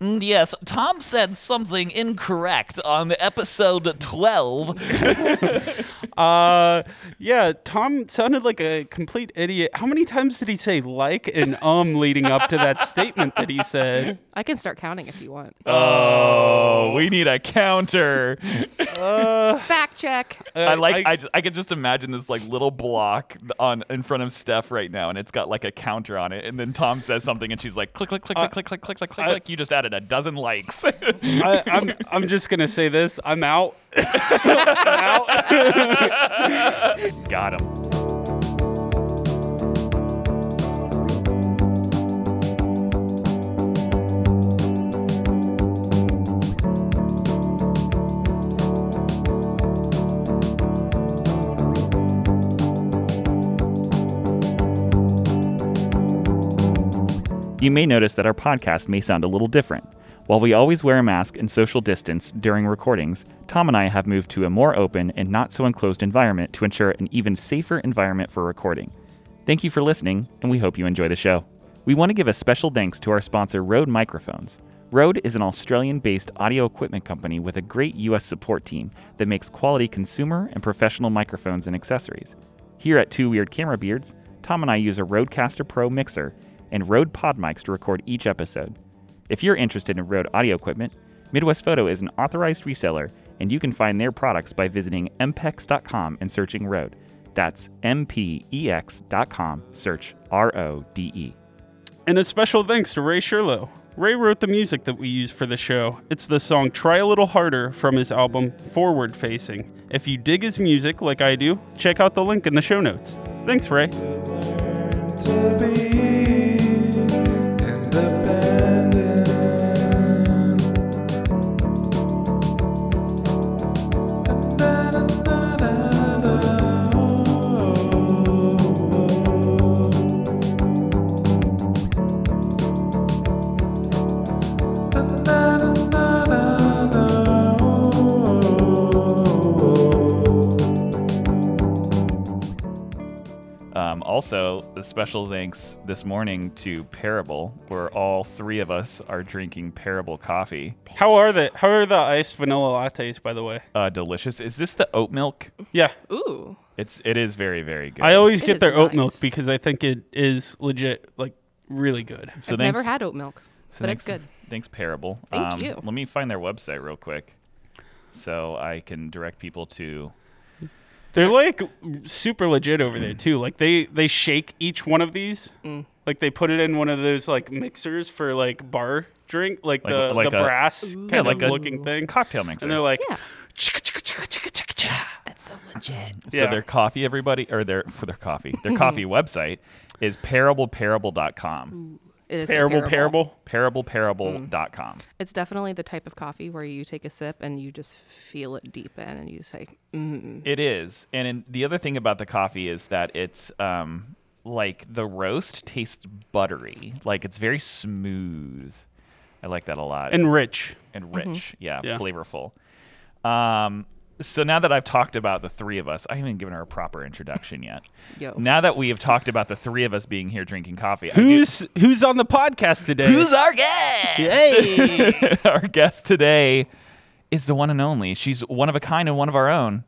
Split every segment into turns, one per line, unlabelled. Mm, yes, Tom said something incorrect on episode 12.
Uh, yeah, Tom sounded like a complete idiot. How many times did he say like and um leading up to that statement that he said?
I can start counting if you want.
Oh, we need a counter.
Fact check.
I like
Uh,
I, ju- I could just imagine this like little block on in front of Steph right now, and it's got like a counter on it, and then Tom says something, and she's like, click, click, click, click, click, click, click, click, click, click. You just added a dozen likes.
I, I'm I'm just gonna say this. I'm out. I'm out.
got him. You may notice that our podcast may sound a little different. While we always wear a mask and social distance during recordings, Tom and I have moved to a more open and not so enclosed environment to ensure an even safer environment for recording. Thank you for listening, and we hope you enjoy the show. We want to give a special thanks to our sponsor, Rode Microphones. Rode is an Australian based audio equipment company with a great US support team that makes quality consumer and professional microphones and accessories. Here at Two Weird Camera Beards, Tom and I use a Rodecaster Pro mixer and Rode pod mics to record each episode. If you're interested in Rode audio equipment, Midwest Photo is an authorized reseller, and you can find their products by visiting E mpex.com and searching Rode. That's E mpex.com, search R O D E.
And a special thanks to Ray Sherlow. Ray wrote the music that we use for the show. It's the song Try a Little Harder from his album Forward Facing. If you dig his music like I do, check out the link in the show notes. Thanks, Ray.
Um, also, a special thanks this morning to Parable, where all three of us are drinking Parable coffee.
How are the How are the iced vanilla lattes, by the way?
Uh, delicious. Is this the oat milk?
Yeah,
Ooh.
It's it is very very good.
I always
It
get
is
their oat
nice.
milk because I think it is legit, like really good.
so
I've never had oat milk,
so
but it's
thanks-
good.
Thanks Parable. Um,
Thank you.
Let me find their website real quick, so I can direct people to.
They're like super legit over there too. Like they they shake each one of these.
Mm.
Like they put it in one of those like mixers for like bar drink, like,
Like-
the,
like
the
a-
brass kind
Yeah,
of
like a
looking thing.
cocktail mixer.
And they're like,
Yeah.
"Chicka, chicka, chicka, chicka, chicka, cha."
That's so legit.
so
yeah.
their coffee, everybody, or their for their coffee, their coffee website is parableparable.com.
It is so
Parable, parable.
Parableparable.com.
It's definitely the type of coffee where you take a sip and you just feel it deep in, and you say, mm.
It is, and in, the other thing about the coffee is that it's um, like the roast tastes buttery, like it's very smooth. I like that a lot.
And rich.
and rich. Yeah,
Yeah.
flavorful. Um, so now that I've talked about the three of us, I haven't given her a proper introduction yet.
Yo.
Now that we have talked about the three of us being here drinking coffee, I do-
Who's who's on the podcast today?
who's our guest? our guest today is the one and only. She's one of a kind and one of our own,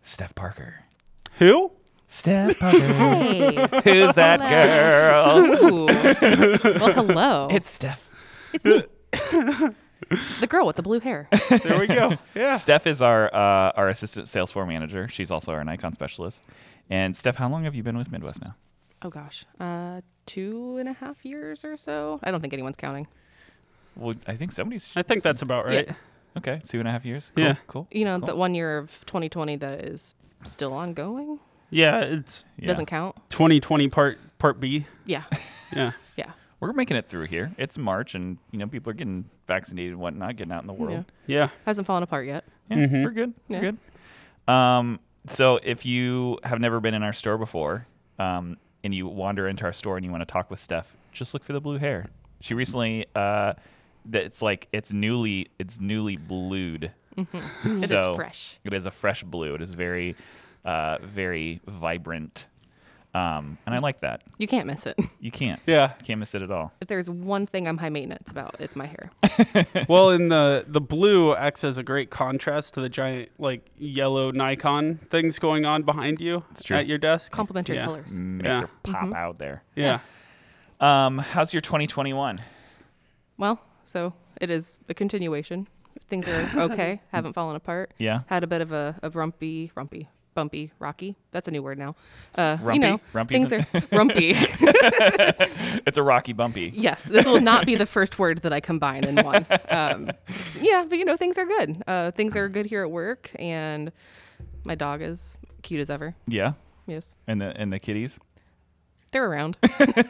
Steph Parker.
Who?
Steph Parker.
"Hey,
Who's that girl?
ooh." well, hello.
It's Steph.
It's me, the girl with the blue hair.
There we go. Yeah.
Steph is our uh, our assistant sales floor manager. She's also our Nikon specialist. And Steph, how long have you been with Midwest now?
Oh gosh, uh, two and a half years or so. I don't think anyone's counting.
Well, I think somebody's
I think that's about right.
Yeah.
Okay, two and a half years. Cool,
Yeah.
cool.
You know,
cool.
the one year of 2020 that is still ongoing
Yeah, it's
Yeah.
doesn't count.
2020 part part B.
Yeah,
Yeah.
yeah.
We're making it through here. It's March, and you know people are getting vaccinated and whatnot, getting out in the world.
Yeah.
Hasn't fallen apart yet.
Yeah, we're good.
Mm-hmm. Yeah.
We're good. Um, so if you have never been in our store before, um, and you wander into our store and you want to talk with Steph, just look for the blue hair. She recently, uh, that it's like it's newly, it's newly blued.
It is
So-
fresh.
It is a fresh blue. It is very, uh, very vibrant. Um, and I like that.
You can't miss it.
You can't.
Yeah.
Can't miss it at all.
If there's one thing I'm high maintenance about, it's my hair.
well, and the the blue acts as a great contrast to the giant like yellow Nikon things going on behind you
It's true.
at your desk.
Complementary
yeah.
colors.
Makes
Yeah.
her pop
Mm-hmm.
out there.
Yeah.
Um, how's your 2021?
Well, so it is a continuation. Things are okay. haven't fallen apart.
Yeah.
Had a bit of a of rumpy, rumpy, bumpy, rocky. That's a new word now. Uh,
Rumpy?
You know,
Rumpy's
things
a-
are rumpy.
It's a rocky bumpy.
yes, this will not be the first word that I combine in one. Um, yeah, but you know, things are good. Uh, things are good here at work, and my dog is cute as ever.
Yeah.
Yes,
And the and the kitties.
they're around.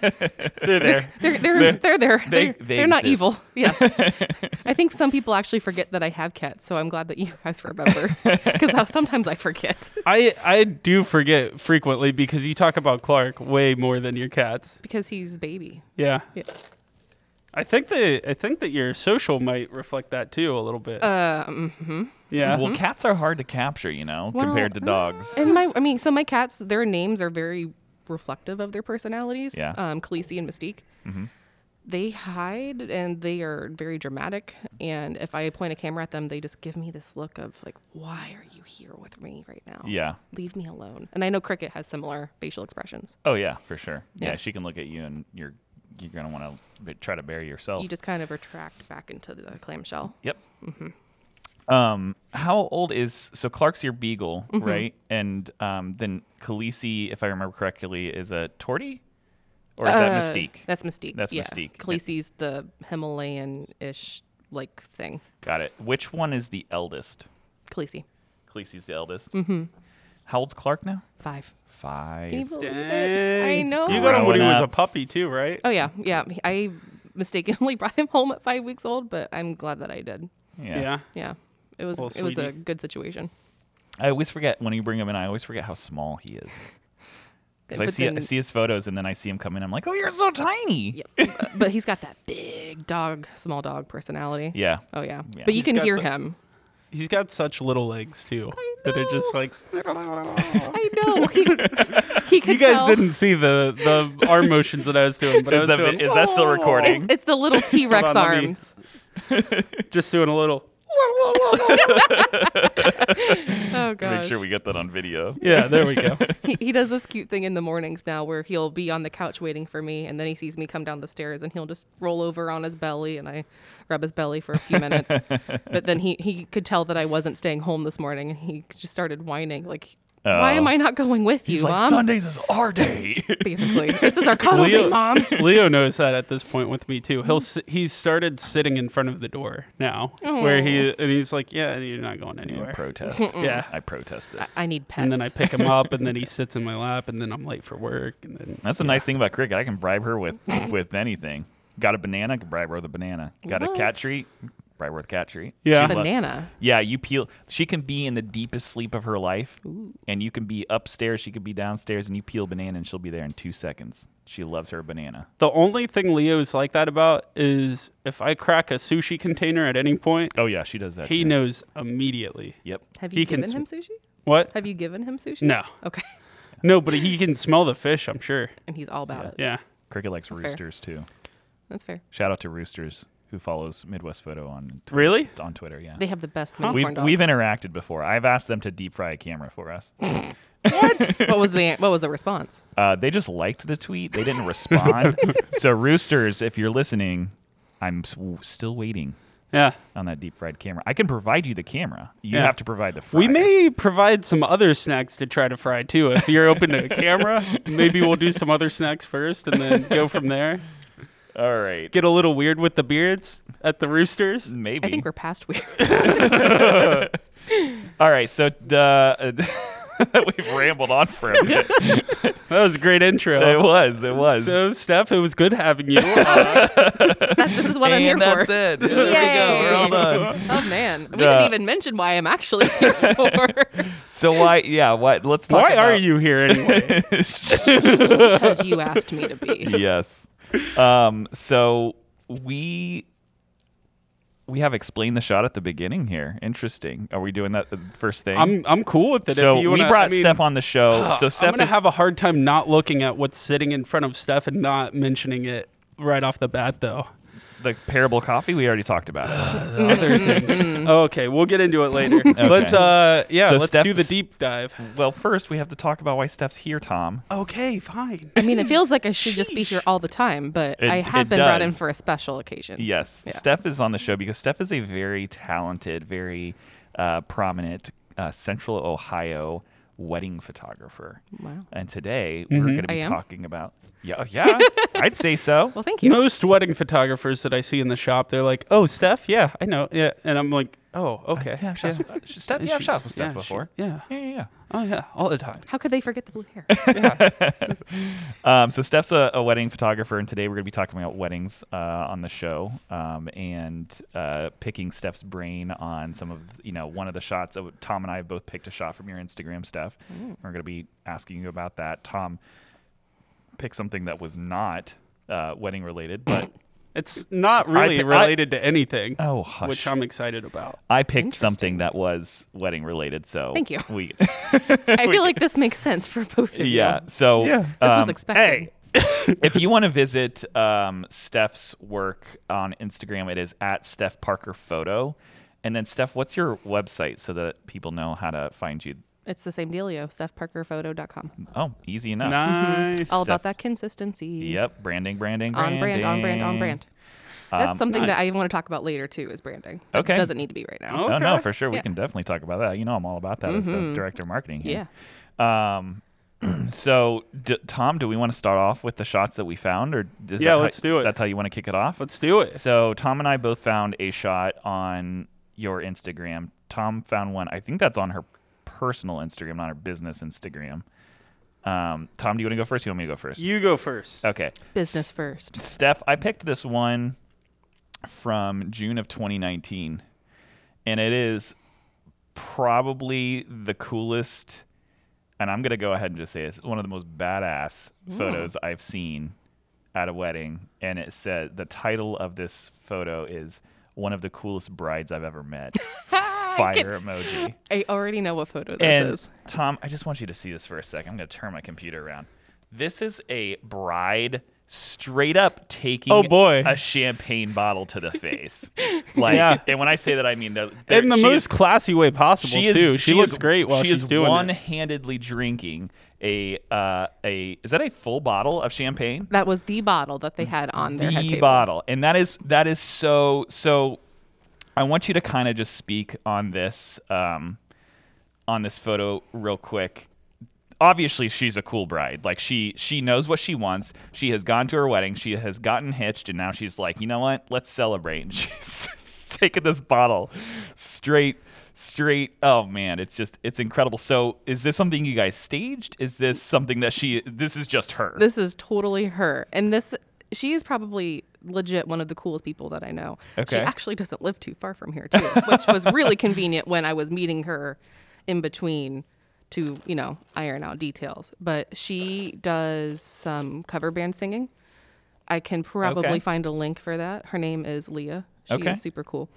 They're there.
They're they're
They're-
they're, there.
they-
They,
they
are not
exist.
evil. Yes. I think some people actually forget that I have cats, so I'm glad that you guys remember because sometimes I forget
I I do forget frequently because you talk about Clark way more than your cats.
because he's baby.
Yeah.
Yeah.
I think that I think that your social might reflect that too a little bit.
Uh, mhm.
yeah.
Well, cats are hard to capture, you know,
Well, mm.
compared to dogs.
And my I mean, so my cats, their names are very reflective of their personalities.
Yeah. Mm-hmm.
Um, Khaleesi and Mystique. They hide and they are very dramatic. And if I point a camera at them, they just give me this look of like, "Why are you here with me right now?
Yeah.
Leave me alone." And I know Cricket has similar facial expressions.
Oh yeah, for sure. Yeah.
Yeah.
she can look at you, and you're you're gonna want to try to bury yourself.
you just kind of retract back into the clamshell.
Yep.
Mm-hmm.
Um, how old is so Clark's your beagle, right? And um, then Khaleesi, if I remember correctly, is a tortie, or is that
Uh,
Mystique?
That's Mystique.
That's
yeah.
Mystique, yeah.
Khaleesi's the Himalayan-ish like thing.
Got it. Which one is the eldest?
Khaleesi,
Khaleesi's the eldest. Mm-hmm. How old's Clark now?
five.
Five.
Can you believe it? I
Dang.
know.
You got him when he
Growing
was a
up.
puppy too, right?
oh yeah, yeah. I mistakenly brought him home at five weeks old, but I'm glad that I did.
yeah.
Yeah, it was
Little
it was a
sweetie.
good situation.
I always forget when you bring him in. I always forget how small he is. Because I
But
see I
then-
see his photos and then I see him coming. I'm like, oh, you're so tiny.
Yep. but, but he's got that big dog, small dog personality.
Yeah.
Oh yeah.
Yeah.
But you
He's
can
got
hear
the-
him.
He's got such little legs too that are just like
I know. He, he could
You guys
tell.
didn't see the the arm motions that I was doing, but I
Is
was
that,
doing,
is that still recording?
It's the little T Rex
on, let me-
arms.
just doing a little.
Oh gosh.
Make sure we get that on video.
Yeah, there we go.
he, he does this cute thing in the mornings now where he'll be on the couch waiting for me and then he sees me come down the stairs and he'll just roll over on his belly and I rub his belly for a few minutes. but then he, he could tell that I wasn't staying home this morning and he just started whining like why
Oh.
am I not going with you,
He's like,
mom?
Sundays is our day.
Basically. This is our cuddle
Leo-
day, mom.
Leo knows that at this point with me too. He'll s- he's started sitting in front of the door now, where he and he's like, yeah, you're not going
I
anywhere.
protest.
Yeah.
I protest
I,
this.
I need pets.
And then I pick him up, and then he sits in my lap, and then I'm late for work, and then
That's the nice thing about cricket. I can bribe her with with anything. Got a banana, I can bribe her with a banana. Got a cat
What?
treat, bribe her with a cat treat.
Yeah.
She lo-
Banana.
yeah, you peel. She can be in the deepest sleep of her life, and you can be upstairs. She could be downstairs, and you peel a banana, and she'll be there in two seconds. She loves her banana.
The only thing Leo's like that about is if I crack a sushi container at any point,
Oh yeah, she does that.
he
too.
knows immediately.
Yep.
Have
he
you
can
given
sm-
him sushi?
What?
Have you given him sushi?
No.
Okay.
No, but he can smell the fish, I'm sure.
And he's all about it.
Yeah.
Cricket likes
That's fair.
roosters too.
That's fair.
Shout out to Roosters who follows Midwest Photo on Twitter.
Really?
on Twitter. Yeah.
They have the best mini
We've
corn dogs.
we've interacted before. I've asked them to deep fry a camera for us.
what was the what was the response?
Uh, they just liked the tweet. They didn't respond. so Roosters, if you're listening, I'm s- w- still waiting
Yeah.
on that deep fried camera. I can provide you the camera. You
Yeah.
have to provide the. Fryer.
We may provide some other snacks to try to fry too. If you're open to a camera, maybe we'll do some other snacks first and then go from there.
All right.
Get a little weird with the beards at the roosters.
Maybe.
I think we're past weird.
All right. So uh, we've rambled on for a bit.
That was a great
it
intro.
was. It was.
So, Steph, it was good having you. Uh,
this is what I'm here
and that's
for.
it. There we go. We're all
Yay.
done.
Oh man, we
Yeah.
didn't even mention why I'm actually here for.
So why? Yeah. Why? Let's talk.
why are
about-
you here anyway?
because you asked me to be.
yes. Um, so we we have explained the shot at the beginning here. Interesting. Are we doing that the first thing?
I'm I'm cool with it.
so
if you
we
wanna,
brought
I mean,
Steph on the show. so Steph
I'm gonna
is,
have a hard time not looking at what's sitting in front of Steph and not mentioning it right off the bat, though.
the parable coffee. We already talked about. it.
The other thing. Oh, Okay, we'll get into it later. Let's uh, yeah,
So
let's
Steph
do the
is-
deep dive.
well, first we have to talk about why Steph's here, Tom.
Okay, fine.
I mean, it feels like I should just be here
Sheesh.
all the time, but
It-
I have
it
been brought in
does.
for a special occasion.
Yes,
Yeah.
Steph is on the show because Steph is a very talented, very uh, prominent uh, Central Ohio wedding photographer.
Wow.
And today we're going to
I
be
am?
talking about. Yeah, yeah, I'd say so.
Well, thank you.
Most wedding photographers that I see in the shop, they're like, "Oh, Steph, yeah, I know, yeah," and I'm like, "Oh, okay,
Yeah, I've shot with- uh, Steph. Yeah, I've shot with Steph
yeah, she's-
before.
Yeah,
yeah, yeah. yeah.
oh yeah, all the time.
How could they forget the blue hair?
Um, so Steph's a, a wedding photographer, and today we're going to be talking about weddings uh, on the show um, and uh, picking Steph's brain on some of you know one of the shots. Of, Tom and I both picked a shot from your Instagram, Steph.
Mm.
We're going to be asking you about that. Tom picked something that was not uh, wedding related, but
It's not really
pi- I-
related to anything,
oh hush,
which I'm excited about.
I picked something that was wedding related. So
Thank you.
We,
I feel like this makes sense for both of you.
yeah. So
Yeah.
This was
um,
expected.
if you want to visit um, Steph's work on Instagram, it is at Steph Parker Photo. And then, Steph, what's your website so that people know how to find you?
It's the same dealio, stephparkerphoto.com.
Oh, easy enough.
Nice.
All
Steph-
about that consistency.
e-
Yep, branding, branding,
On
branding.
brand, on brand, on brand. That's
Um,
something that I
nice.
want to talk about later too is branding. It
Okay.
doesn't need to be right now.
Oh.
Oh no,
Okay.
for sure. We
Yeah. Mm-hmm.
can definitely talk about that. You know, I'm all about that as the director of marketing. Here.
Yeah.
Yeah. Um, so, d- Tom, do we want to start off with the shots that we found, or is
Yeah,
that how-
let's do it.
That's how you want to kick it off.
Let's do it.
So Tom and I both found a shot on your Instagram. Tom found one. I think that's on her personal Instagram, not her business Instagram. Um, Tom, do you want to go first? Or you want me to go first?
You go first.
okay.
Business first.
Steph, I picked this one from June of 2019, and it is probably the coolest. And I'm gonna go ahead and just say it's one of the most badass photos I've seen at a wedding. And it said the title of this photo is one of the coolest brides I've ever met. Fire emoji.
I already know what photo this
And
is.
Tom, I just want you to see this for a second. I'm going to turn my computer around. This is a bride straight up taking
Oh, boy.
a champagne bottle to the face. like
Yeah.
and when I say that I mean that
In the
she
most
is-
classy way possible,
she is
too. She, looks
is-
great while
she
she's
is
doing it.
one-handedly drinking a uh a is that a full bottle of champagne?
That was the bottle that they had on their head
the
table.
bottle and that is that is so so i want you to kind of just speak on this um on this photo real quick obviously she's a cool bride like she she knows what she wants she has gone to her wedding she has gotten hitched and now she's like you know what let's celebrate and she's taking this bottle straight straight oh man it's just it's incredible so is this something you guys staged is this something that she this is just her
This is totally her. And this she is probably legit one of the coolest people that I know.
Okay.
She actually doesn't live too far from here too, which was really convenient when I was meeting her in between to, you know, iron out details. But she does some cover band singing. I can probably
Okay.
find a link for that. Her name is Leah. She
Okay.
is super cool.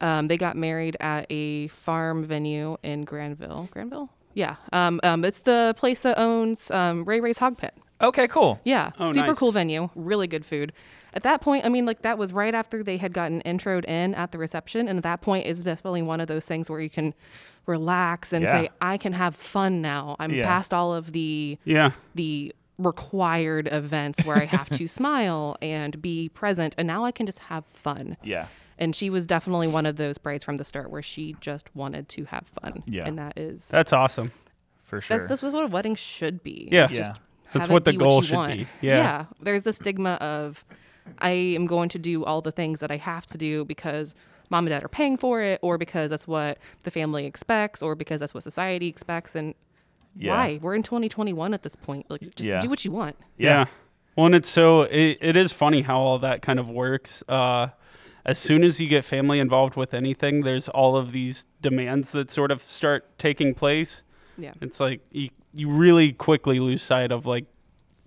Um, they got married at a farm venue in Granville. Granville? Yeah. Um, um, it's the place that owns um, Ray Ray's Hog Pit.
okay cool
Yeah.
Oh,
super
nice.
cool venue. Really good food. At that point, I mean, like, that was right after they had gotten introed in at the reception. And at that point, is definitely one of those things where you can relax and
Yeah.
say, I can have fun now. I'm
Yeah.
past all of the
Yeah.
the required events where I have to smile and be present. And now I can just have fun.
yeah
And she was definitely one of those brides from the start where she just wanted to have fun.
Yeah.
And that is,
That's awesome.
for sure
that's, this was what a wedding should be.
Yeah.
Yeah.
That's
have it
what the
be
goal
you
should
want.
be. Yeah.
There's the stigma of I am going to do all the things that I have to do because mom and dad are paying for it or because that's what the family expects or because that's what society expects and
Yeah.
why? We're in 2021 at this point. Like just
Yeah.
do what you want.
Yeah. Well, and it's so it, it is funny how all that kind of works. Uh, as soon as you get family involved with anything, there's all of these demands that sort of start taking place.
Yeah.
It's like you you really quickly lose sight of like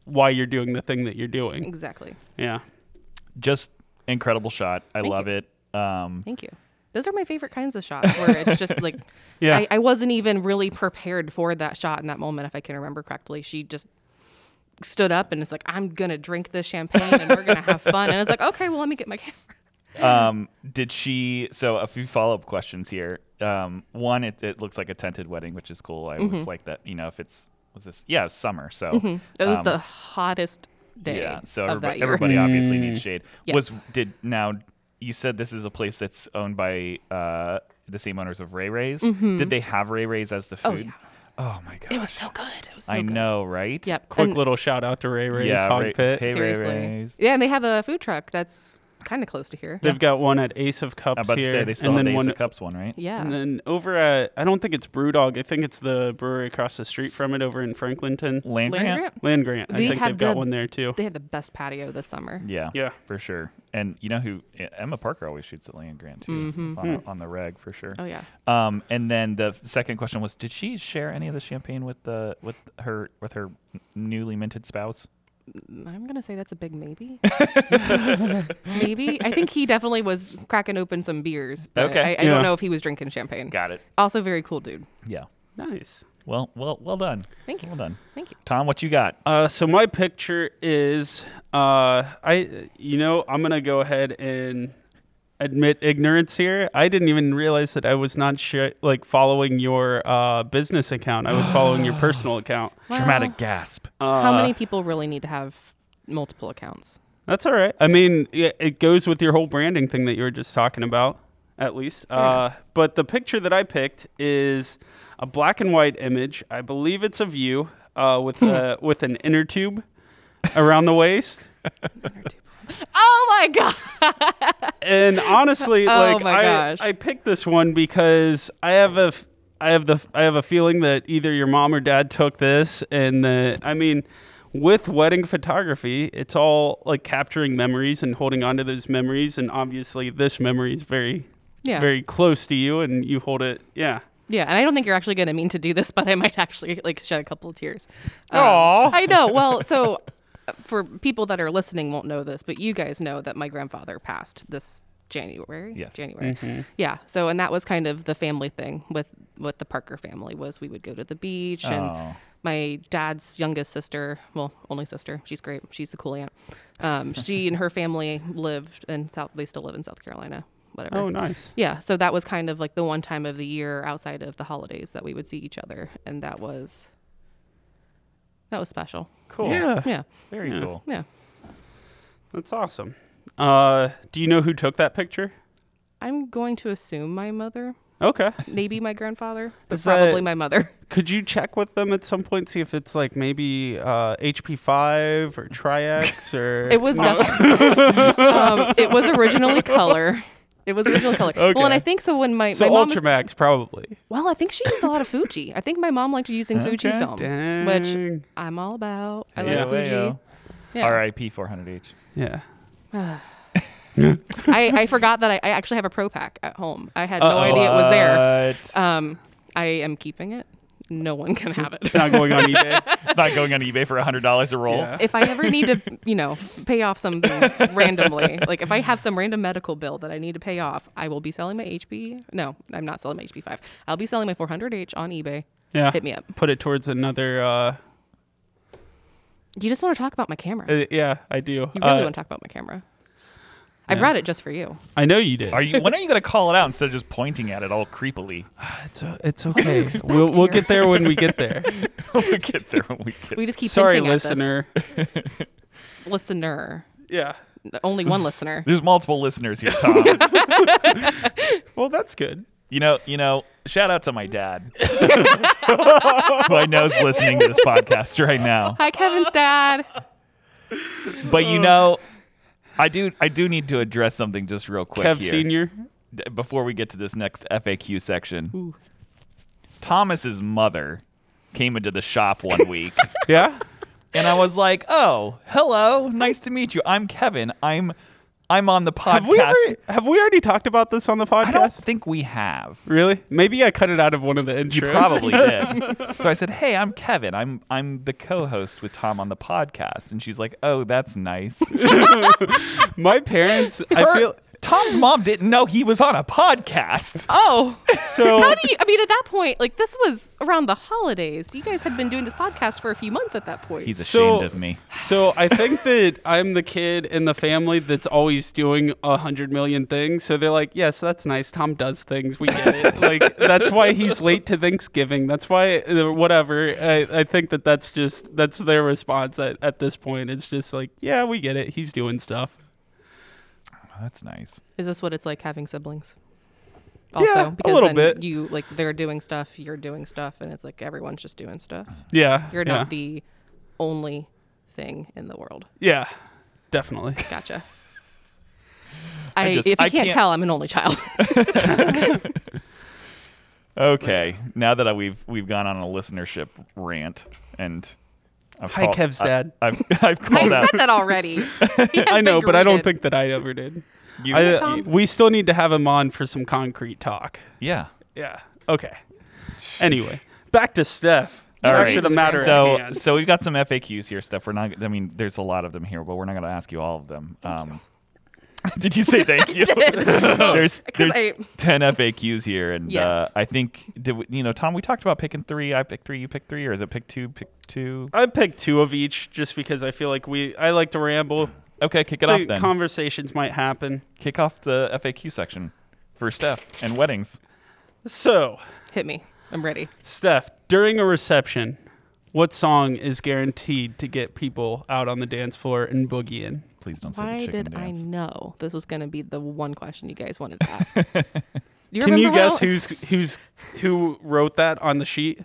why you're doing the thing that you're doing.
Exactly.
Yeah.
just incredible shot. I
Thank
love it. Um,
Thank you. Those are my favorite kinds of shots where it's just like,
Yeah.
I, I wasn't even really prepared for that shot in that moment, if I can remember correctly. She just stood up and is like, I'm going to drink this champagne and we're going to have fun. And I was like, okay, well, let me get my camera.
um, did she? So a few follow up questions here. Um, one, it, it looks like a tented wedding, which is cool. I
Mm-hmm.
always like that. You know, if it's was this? Yeah, it was summer. So
That was
um,
the hottest day
Yeah. So
of that
everybody, everybody
year.
obviously
Mm.
needs shade. Was
Yes.
did now you said this is a place that's owned by uh, the same owners of Ray Ray's? Did they have Ray Ray's as the food?
Mm-hmm. Oh, yeah.
Oh my god.
It was so good. It was so
I
good.
know, right?
Yep.
Quick
And-
little shout out to Ray Ray's
Yeah,
Hog
Ray-
Pit.
hey, Ray
seriously.
Ray's.
Yeah, and they have a food truck that's kind of close to here.
They've got one at Ace of Cups
I'm about
here,
to say they still
and
have
then
the Ace
one
of Cups one, right?
yeah.
And then over at, I don't think it's Brewdog. I think it's the brewery across the street from it over in Franklinton.
Land,
Land
Grant?
Grant?
Land Grant. I
They
think
have
they've got
the-
one there too.
They had the best patio this summer.
Yeah.
Yeah.
For sure. And you know who E, Emma Parker always shoots at Land Grant too
Mm-hmm.
on,
Hmm.
on the reg for sure.
Oh, yeah.
Um, and then the f- second question was, did she share any of the champagne with the with her with her newly minted spouse?
I'm gonna say that's a big maybe. maybe I think he definitely was cracking open some beers, but
Okay.
I, I
Yeah.
don't know if he was drinking champagne.
Got it.
Also, very cool dude.
Yeah.
Nice.
Well, well, well done.
Thank you.
Well done.
Thank you.
Tom, what you got?
Uh, so my picture is, uh, I, you know, I'm gonna go ahead and admit ignorance here. I didn't even realize that I was not sh- like following your uh, business account. I was following your personal account.
Dramatic gasp.
Uh,
How many people really need to have multiple accounts?
That's all right. I mean, it, it goes with your whole branding thing that you were just talking about, at least. Uh, but the picture that I picked is a black and white image. I believe it's of you uh, with a, with an inner tube around the waist.
Oh my god!
And honestly,
Oh
like
my
I,
gosh.
I picked this one because I have a, f- I have the, f- I have a feeling that either your mom or dad took this, and the, I mean, with wedding photography, it's all like capturing memories and holding on to those memories, and obviously this memory is very,
Yeah,
very close to you, and you hold it, yeah.
yeah. And I don't think you're actually gonna mean to do this, but I might actually like shed a couple of tears. Um,
Aw.
I know. Well, so uh, for people that are listening, won't know this, but you guys know that my grandfather passed this January.
Yes.
January. Yeah. So, and that was kind of the family thing with with the Parker family was we would go to the beach
Oh.
and my dad's youngest sister, well, only sister. She's great. She's the cool aunt. Um, she and her family lived in South. They still live in South Carolina. Whatever.
Oh, nice.
Yeah, so that was kind of like the one time of the year outside of the holidays that we would see each other, and that was that was special.
Cool.
Yeah,
Yeah,
Very
Yeah.
cool.
yeah.
that's awesome. Uh, do you know who took that picture?
I'm going to assume my mother,
Okay.
maybe my grandfather, but
Is that-
probably my mother.
Could you check with them at some point, see if it's like maybe uh, HP5 or Tri-X or?
It was definitely um, it was originally color. It was originally color. Well, and
Okay.
I think so when my,
so
my mom was-
Ultramax probably.
well, I think she used a lot of Fuji. I think my mom liked using Fuji
Okay.
film, which
Dang.
I'm all about. I
Yeah.
like Fuji.
Heyo.
Yeah.
R.I.P. 400H.
yeah.
I, I forgot that I, I actually have a pro pack at home. I had no idea it was there.
What?
Um, I am keeping it. No one can have it.
It's not going on eBay.
it's not going on eBay for hundred dollars a roll.
Yeah.
If I ever need to, you know, pay off something randomly, like if I have some random medical bill that I need to pay off, I will be selling my HP. No, I'm not selling my HP5. I'll be selling my 400H on eBay.
Yeah.
Hit me up.
Put it towards another. Uh,
You just want to talk about my camera.
uh, yeah, I do.
You really
Uh,
want to talk about my camera. I brought it just for you.
I know you did.
Are you? When are you gonna call it out instead of just pointing at it all creepily?
It's, uh, it's okay. we'll we'll
here?
get there when we get there.
we'll get there when we get.
We just keep
Sorry,
hinting at this.
listener.
Listener.
Yeah.
Only one listener.
There's multiple listeners here, Tom.
Well, that's good.
you know, you know. Shout out to my dad, who I know is listening to this podcast right now.
Hi, Kevin's dad.
But you know, I do, I do need to address something just real quick
Kev
here
Senior.
d- before we get to this next FAQ section. Thomas's mother came into the shop one week.
Yeah.
and I was like, "Oh, hello, nice to meet you. I'm Kevin. I'm I'm on the podcast."
Have we ever, have we already talked about this on the podcast?
I don't think we have.
Really? Maybe I cut it out of one of the intros.
You probably did. So I said, "Hey, I'm Kevin. I'm I'm the co-host with Tom on the podcast." And she's like, "Oh, that's nice."
My parents, I
Her-
feel
Tom's mom didn't know he was on a podcast.
Oh,
So
how do you? I mean, at that point, like this was around the holidays. You guys had been doing this podcast for a few months at that point.
He's ashamed
So-
of me.
So I think that I'm the kid in the family that's always doing a hundred million things. So they're like, yes, that's nice. Tom does things. We get it. like that's why he's late to Thanksgiving. That's why uh, whatever. I, I think that that's just that's their response at, at this point. It's just like, yeah, we get it. He's doing stuff.
Oh, that's nice.
Is this what it's like having siblings? Also,
Yeah, a
because
little
then
bit.
you like they're doing stuff, you're doing stuff, and it's like everyone's just doing stuff.
Yeah.
You're
Uh-huh. yeah,
not the only thing in the world.
Yeah. Definitely.
Gotcha. I,
just-
if you
I
can't,
can't-
tell, I'm an only child.
Okay, now that I- we've we've gone on a listenership rant and I've
Hi, Kev's
I-
dad.
I've, I've
I
called out.
said that already.
I know, but I don't think that I ever did.
You,
I-
you-
Tom?
we still need to have him on for some concrete talk.
yeah.
Yeah. Okay. Anyway, back to Steph.
All
back
right.
to the matter
so,
at hand.
So we've got some FAQs here, stuff. We're not. I mean, there's a lot of them here, but we're not going to ask you all of them. Um, did you say thank you? there's there's
'Cause I-
ten FAQs here, and uh,
Yes.
I think did we, you know, Tom? We talked about picking three. I picked three. You picked three, or is it pick two? Pick two.
I picked two of each just because I feel like we I like to ramble.
Okay, kick it
The
off then.
Conversations might happen.
kick off the FAQ section for Steph and weddings.
So,
Hit me. I'm ready.
Steph, during a reception, what song is guaranteed to get people out on the dance floor and boogieing?
Please don't say
Why
the chicken
did
dance.
I know this was going to be the one question you guys wanted to ask? Do you
Can you
remember how-
guess who's who's who wrote that on the sheet?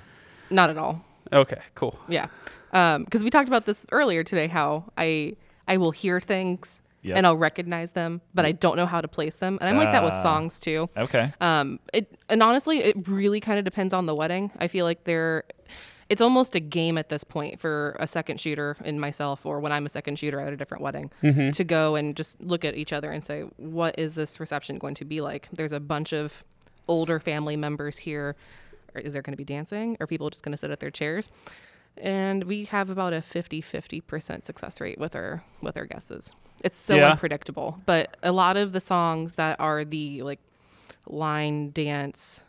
Not at all.
Okay, cool.
Yeah, because we talked about this earlier today. How I I will hear things
Yep.
and I'll recognize them, but I don't know how to place them. And I'm like that with
Ah.
songs too.
Okay.
Um, it and honestly, it really kind of depends on the wedding. I feel like they're. It's almost a game at this point for a second shooter in myself, or when I'm a second shooter at a different wedding, to go and just look at each other and say, "What is this reception going to be like?" There's a bunch of older family members here. Or Is there going to be dancing? Are people just going to sit at their chairs? And we have about a 50-50% success rate with our with our guesses. It's so
Yeah.
unpredictable, but a lot of the songs that are the like line dance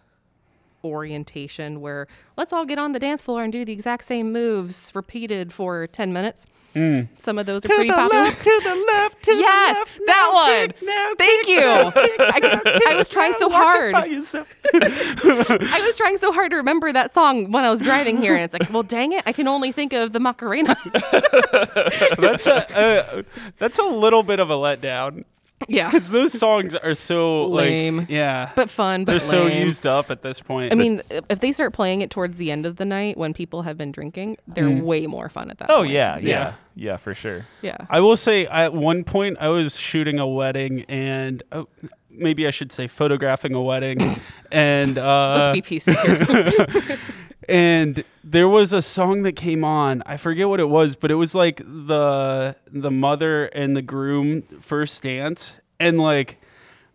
orientation where let's all get on the dance floor and do the exact same moves repeated for 10 minutes. Some of those are pretty popular.
Mm. to the left, to
Yes, that one. Thank you. I, I was trying so hard. I was trying so hard to remember that song when I was driving here, and it's like, well, dang it, I can only think of the Macarena.
that's a uh, that's a little bit of a letdown
yeah,
because those songs are so
Lame.
like yeah
but fun. But
they're so
lame.
used up at this point
I mean, if they start playing it towards the end of the night when people have been drinking, they're way more fun at that.
oh
point.
yeah, yeah, yeah,
Mm. Yeah.
for sure.
yeah.
i will say at one point i was shooting a wedding and oh, maybe i should say photographing a wedding and uh
Let's be PC here.
and there was a song that came on i forget what it was but it was like the the mother and the groom first dance and like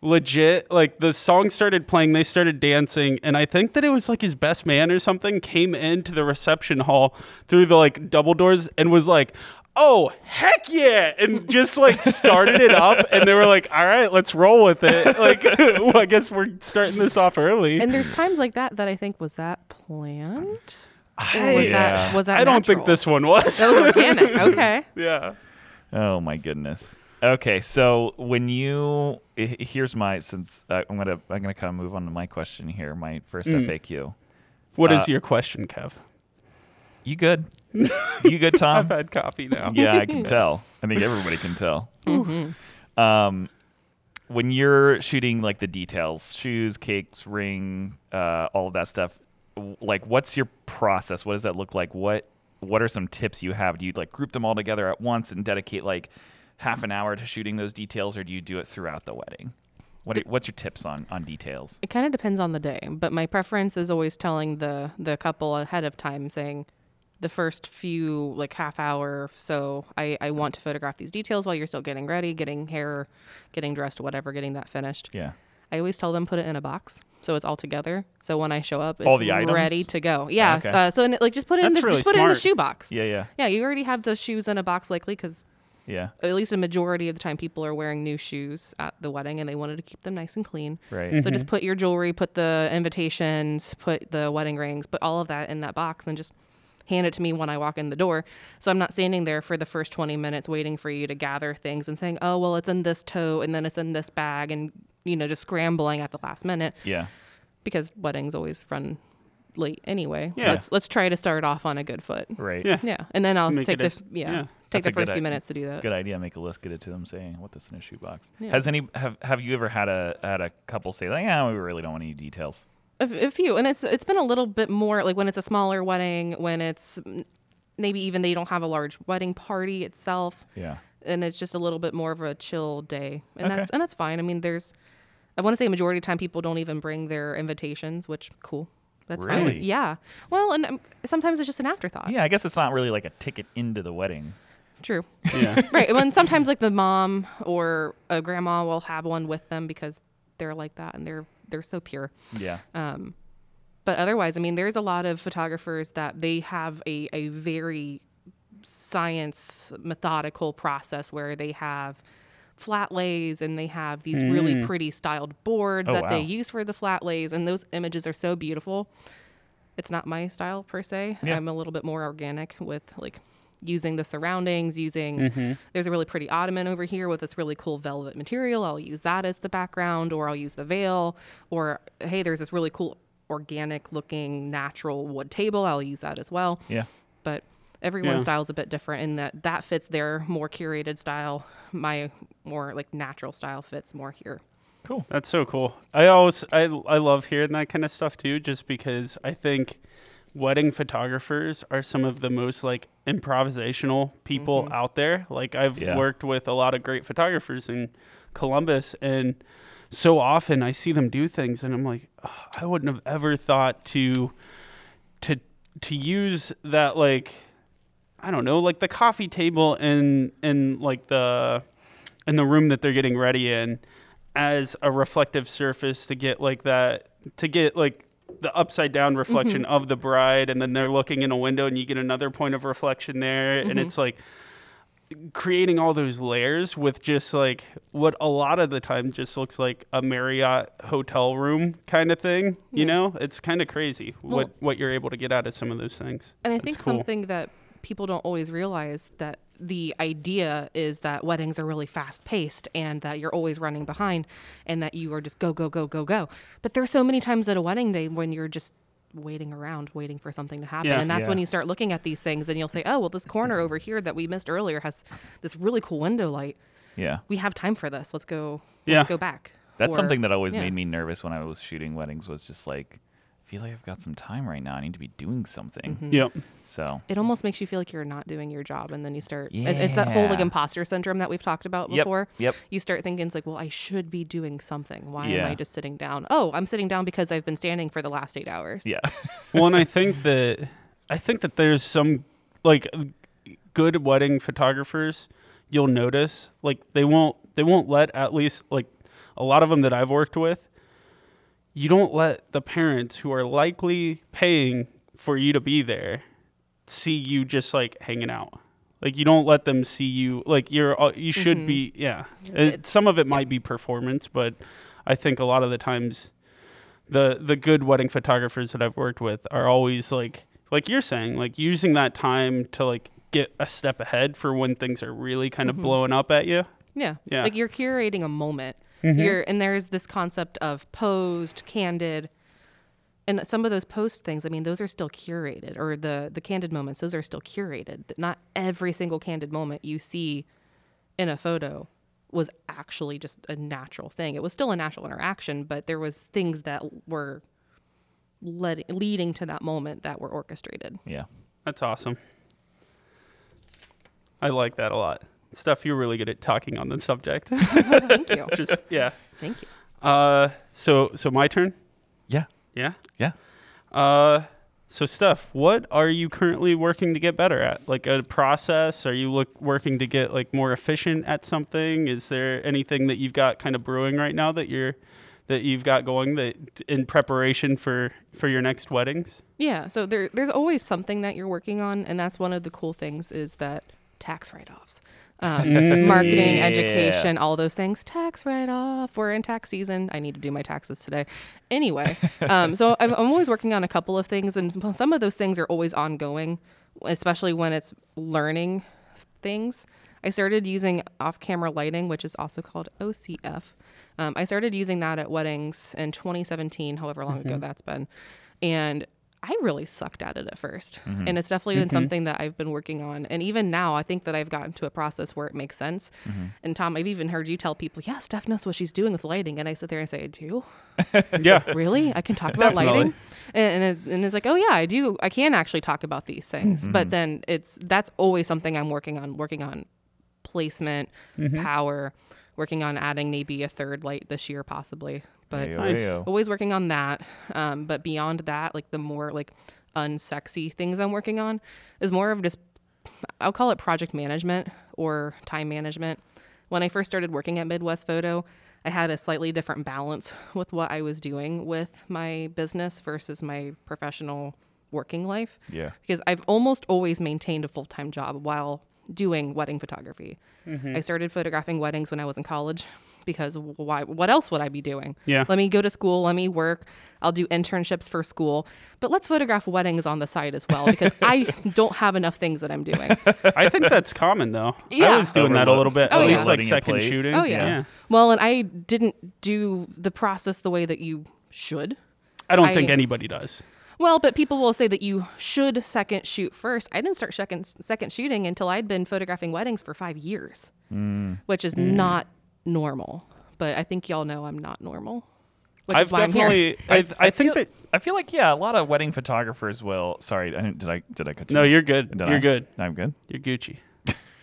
legit like the song started playing they started dancing and i think that it was like his best man or something came into the reception hall through the like double doors and was like oh heck yeah and just like started it up and they were like all right let's roll with it like well, i guess we're starting this off early
and there's times like that that I think was that planned. Or
I-
was
Yeah.
that was that?
I don't think
natural?
this one was.
That was organic. Okay.
yeah.
Oh my goodness. Okay, so when you h- here's my since uh, I'm gonna I'm gonna kind of move on to my question here, my first FAQ.
What is
Uh,
your question, Kev?
You good? you good, Tom?
I've had coffee now.
yeah, I can tell. I think everybody can tell.
Mm-hmm.
Um, when you're shooting like the details, shoes, cakes, ring, uh, all of that stuff, w- like what's your process? What does that look like? What What are some tips you have? Do you like group them all together at once and dedicate like half an hour to shooting those details, or do you do it throughout the wedding? What are, What's your tips on on details?
It kind of depends on the day, but my preference is always telling the the couple ahead of time, saying the first few like half hour or so I, I want to photograph these details while you're still getting ready, getting hair, getting dressed, whatever, getting that finished.
Yeah.
I always tell them put it in a box so it's all together. So when I show up, it's
All the items?
ready to go. Yeah.
Okay.
Uh, so in, like just put it in
Ah, That's
the
really
just put it in the
smart.
shoe box.
Yeah, yeah.
Yeah, you already have the shoes in a box likely because
Yeah.
at least a majority of the time people are wearing new shoes at the wedding and they wanted to keep them nice and clean.
Right.
So just put your jewelry, put the invitations, put the wedding rings, put all of that in that box and just hand it to me when I walk in the door. So I'm not standing there for the first 20 minutes waiting for you to gather things and saying, "Oh, well, it's in this tote and then it's in this bag and you know, just scrambling at the last minute
Yeah.
because weddings always run late anyway.
Yeah.
Let's let's try to start off on a good foot.
Right.
Yeah.
Yeah, and then I'll
Make
take
it
the
as-
yeah,
yeah.
take
That's a
the
good
first
i-
few minutes to do that.
Good idea. Make a list. Get it to them. Saying what this in a shoebox.
Uh, Yeah.
Has any have have you ever had a had a couple say like, yeah, we really don't want any details.
A, a few, and it's it's been a little bit more like when it's a smaller wedding, when it's mm, maybe even they don't have a large wedding party itself,
Yeah.
and it's just a little bit more of a chill day, and
Okay.
that's and that's fine. I mean, there's I want to say a majority of the time people don't even bring their invitations, which cool, that's
Really?
fine. Yeah. Well, and um, sometimes it's just an afterthought.
Yeah. I guess it's not really like a ticket into the wedding.
True.
Yeah.
right. When sometimes like the mom or a grandma will have one with them because they're like that and they're they're so pure.
Yeah.
Uh, But otherwise, I mean, there's a lot of photographers that they have a a very science methodical process where they have flat lays and they have these really pretty styled boards
Mm. Oh,
that they
wow.
use for the flat lays and those images are so beautiful. It's not my style per se.
Yeah.
I'm a little bit more organic with like using the surroundings, using there's a really pretty ottoman over here with this really cool velvet material. I'll use that as the background or I'll use the veil or hey, there's this really cool organic looking natural wood table. I'll use that as well
yeah.
but everyone's
Yeah.
style's a bit different in that that fits their more curated style my more like natural style fits more here
Cool.
That's so cool. I always I I love hearing that kind of stuff too, just because I think wedding photographers are some of the most like improvisational people out there. Like I've
Yeah.
worked with a lot of great photographers in Columbus and so often I see them do things and I'm like, "Ugh, I wouldn't have ever thought to to to use that like I don't know, like the coffee table in in like the in the room that they're getting ready in as a reflective surface to get like that to get like the upside
Mm-hmm.
down reflection of the bride and then they're looking in a window and you get another point of reflection there
Mm-hmm.
and it's like creating all those layers with just like what a lot of the time just looks like a Marriott hotel room kind of thing, you know? It's kind of crazy what what you're able to get out of some of those things.
and i
It's
think
cool.
something that people don't always realize that the idea is that weddings are really fast paced and that you're always running behind and that you are just go go go go go but there's so many times at a wedding day when you're just waiting around waiting for something to happen
Yeah.
and that's
Yeah.
when you start looking at these things and you'll say oh well this corner over here that we missed earlier has this really cool window light
Yeah.
we have time for this. Let's go.
Yeah.
Let's go back.
That's
Or-
something that always
yeah.
made me nervous when I was shooting weddings was just like, I feel like I've got some time right now. I need to be doing something.
Mm-hmm.
Yep.
So
It almost makes you feel like you're not doing your job, and then you start. it- It's that whole like
Yeah.
imposter syndrome that we've talked about
Yep,
before.
yep.
You start thinking it's like, well, I should be doing something. Why
Yeah.
am I just sitting down? Oh, I'm sitting down because I've been standing for the last eight hours.
yeah.
well, and I think that I think that there's some like good wedding photographers. You'll notice like they won't they won't let at least like a lot of them that I've worked with. You don't let the parents who are likely paying for you to be there see you just like hanging out. Like you don't let them see you like you're uh, you should be yeah. It, some of it might be performance, but I think a lot of the times the the good wedding photographers that I've worked with are always like like you're saying like using that time to like get a step ahead for when things are really kind of blowing up at you. Yeah.
Yeah.
Mm-hmm.
Like you're curating a moment. You're and there's this concept of posed, candid, and some of those post things. I mean, those are still curated, or the the candid moments. Those are still curated. Not every single candid moment you see in a photo was actually just a natural thing. It was still a natural interaction, but there was things that were led, leading to that moment that were orchestrated.
Yeah.
That's awesome. I like that a lot. Steph, you're really good at talking on the subject.
Thank you.
Just yeah.
Thank you.
Uh so so my turn?
Yeah.
Yeah.
Yeah.
Uh so Steph, what are you currently working to get better at? Like a process? Are you look working to get like more efficient at something? Is there anything that you've got kind of brewing right now that you're that you've got going that in preparation for for your next weddings?
Yeah, so there, there's always something that you're working on, and that's one of the cool things is that tax write-offs. um, marketing,
Yeah.
education, all those things. Tax write off. We're in tax season. I need to do my taxes today. Anyway, um, so I'm, I'm always working on a couple of things, and some- some of those things are always ongoing, especially when it's learning things. I started using off camera lighting, which is also called OCF. Um, I started using that at weddings in 2017, however long ago that's been. And I really sucked at it at 1st And it's definitely been something that I've been working on. And even now, I think that I've gotten to a process where it makes sense. And Tom, I've even heard you tell people, yeah, Steph knows what she's doing with lighting. And I sit there and say, I do?
Yeah.
really? I can talk about
Definitely.
lighting? And, and, it, and it's like, oh, yeah, I do. I can actually talk about these things. But then it's that's always something I'm working on, working on placement, power, working on adding maybe a third light this year, possibly. But
Ayo,
Nice.
ayo.
always working on that um, but beyond that like the more like unsexy things i'm working on is more of just i'll call it project management or time management when i first started working at midwest photo i had a slightly different balance with what i was doing with my business versus my professional working life
Yeah.
because I've almost always maintained a full time job while doing wedding photography. I started photographing weddings when I was in college because why? What else would I be doing?
Yeah.
Let me go to school. Let me work. I'll do internships for school, but let's photograph weddings on the side as well because I don't have enough things that I'm doing.
I think that's common though. I
Yeah.
was doing that a
Overload.
little bit,
Oh,
at
yeah.
least like
Overloading your
second
plate.
shooting.
Oh yeah. Well, and I didn't do the process the way that you should.
I don't
I-
think anybody does.
Well, but people will say that you should second shoot first. I didn't start second second shooting until I'd been photographing weddings for five years,
Mm.
which is not normal. But I think y'all know I'm not normal. Which
I've
is why I'm here.
definitely. I, I,
feel,
think that.
I feel like yeah, a lot of wedding photographers will. Sorry, I didn't, did I did I cut you?
No,
off?
you're good.
Did
you're
I?
good.
I'm good.
You're Gucci.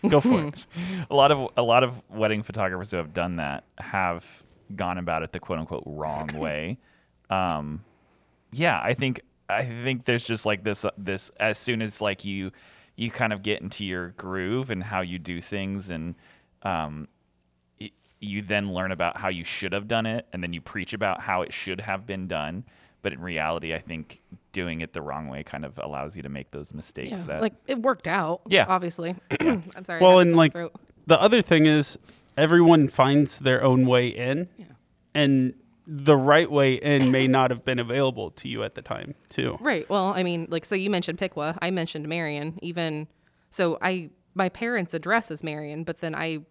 Go for it. A lot of a lot of wedding photographers who have done that have gone about it the quote unquote wrong way. Um, yeah, I think I think there's just like this uh, this as soon as like you you kind of get into your groove and how you do things and um, y- you then learn about how you should have done it and then you preach about how it should have been done. But in reality, I think doing it the wrong way kind of allows you to make those mistakes.
Yeah,
that
like it worked out.
Yeah.
obviously. I'm sorry. I
Well,
got
and
my
like
throat.
the other thing is, everyone finds their own way in, and the right way in may not have been available to you at the time too.
Right. Well, I mean, like, so you mentioned Piqua. I mentioned Marion. Even so, I my parents' address is Marion, but then I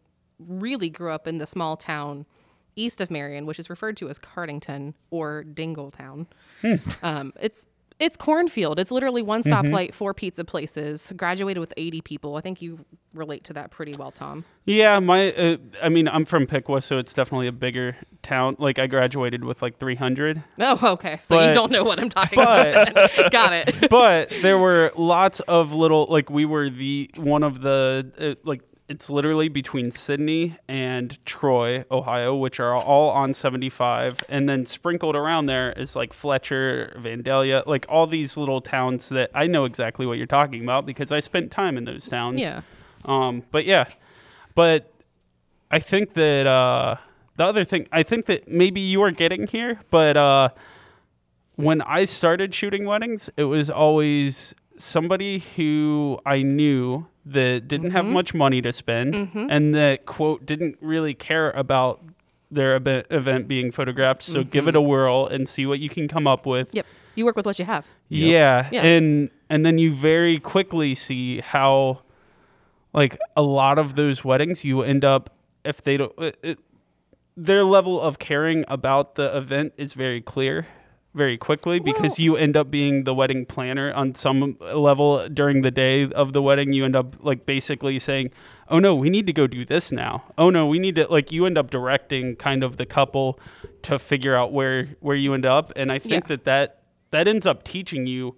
really grew up in the small town east of Marion, which is referred to as Cardington or Dingletown.
Hmm.
um, it's it's cornfield. It's literally one
Mm-hmm.
stoplight, four pizza places. Graduated with eighty people. I think you relate to that pretty well, Tom.
Yeah, my uh, I mean, I'm from Piqua, so it's definitely a bigger town. Like I graduated with like 300,
Oh, okay. So
But-
you don't know what I'm talking
but
about. then. Got it.
but there were lots of little like we were the one of the uh, like it's literally between Sydney and Troy, Ohio, which are all on 75, and then sprinkled around there is like Fletcher, Vandalia, like all these little towns that I know exactly what you're talking about because I spent time in those towns.
Yeah.
Um, but yeah, but I think that uh, the other thing, I think that maybe you are getting here, but uh, when I started shooting weddings, it was always somebody who I knew that didn't have much money to spend and that, quote, didn't really care about their ebe- event being photographed. So give it a whirl and see what you can come up with.
Yep. You work with what you have.
Yeah.
Yeah.
And and then you very quickly see how like a lot of those weddings you end up if they don't it, it- their level of caring about the event is very clear very quickly because
Well-
you end up being the wedding planner on some level during the day of the wedding you end up like basically saying oh no we need to go do this now oh no we need to like you end up directing kind of the couple to figure out where where you end up and i think
Yeah.
that that that ends up teaching you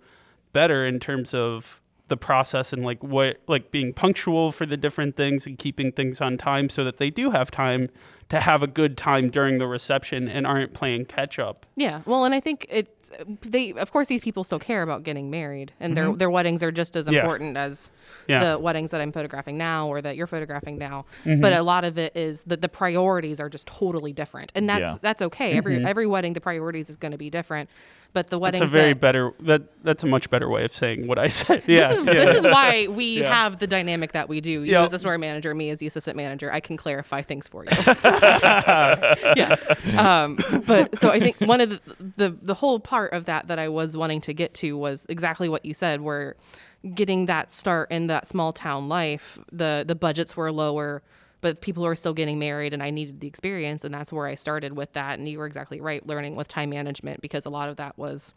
better in terms of the process and like what like being punctual for the different things and keeping things on time so that they do have time to have a good time during the reception and aren't playing catch up.
Yeah, well, and I think it's they. Of course, these people still care about getting married, and their their weddings are just as
Mm-hmm. Yeah.
important as
Yeah. Mm-hmm.
the weddings that I'm photographing now or that you're photographing now. But a lot of it is that the priorities are just totally different, and that's
Yeah.
that's okay. Every every wedding, the priorities is going to be different, but the weddings
Mm-hmm. That's a very
that-
better that that's a much better way of saying what I said. Yeah.
This is,
yeah.
this is why we
Yeah.
have the dynamic that we do. You
Yeah.
as the store manager, me as the assistant manager. I can clarify things for you. yes. Um, but so I think one of the, the the whole part of that that I was wanting to get to was exactly what you said, where getting that start in that small town life, the the budgets were lower. But people are still getting married, and I needed the experience, and that's where I started with that. And you were exactly right, learning with time management because a lot of that was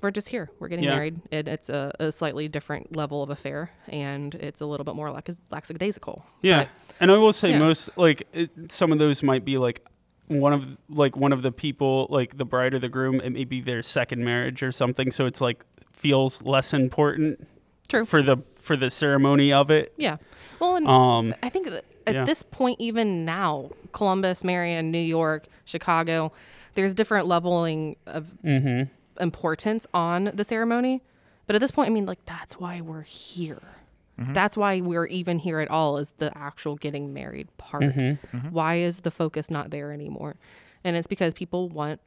we're just here. We're getting
Yeah.
married. It, it's a, a slightly different level of affair, and it's a little bit more lax- lackadaisical.
Yeah, and I will say
Yeah.
most like it, some of those might be like one of like one of the people like the bride or the groom. It may be their second marriage or something, so it's like feels less important.
True.
for the for the ceremony of it.
Yeah. Well, and
Um,
I think that at
yeah.
this point, even now, Columbus, Marion, New York, Chicago, there's different leveling of
Mm-hmm.
importance on the ceremony. But at this point, I mean, like that's why we're here. That's why we're even here at all is the actual getting married part.
Mm-hmm.
Why is the focus not there anymore? And it's because people want,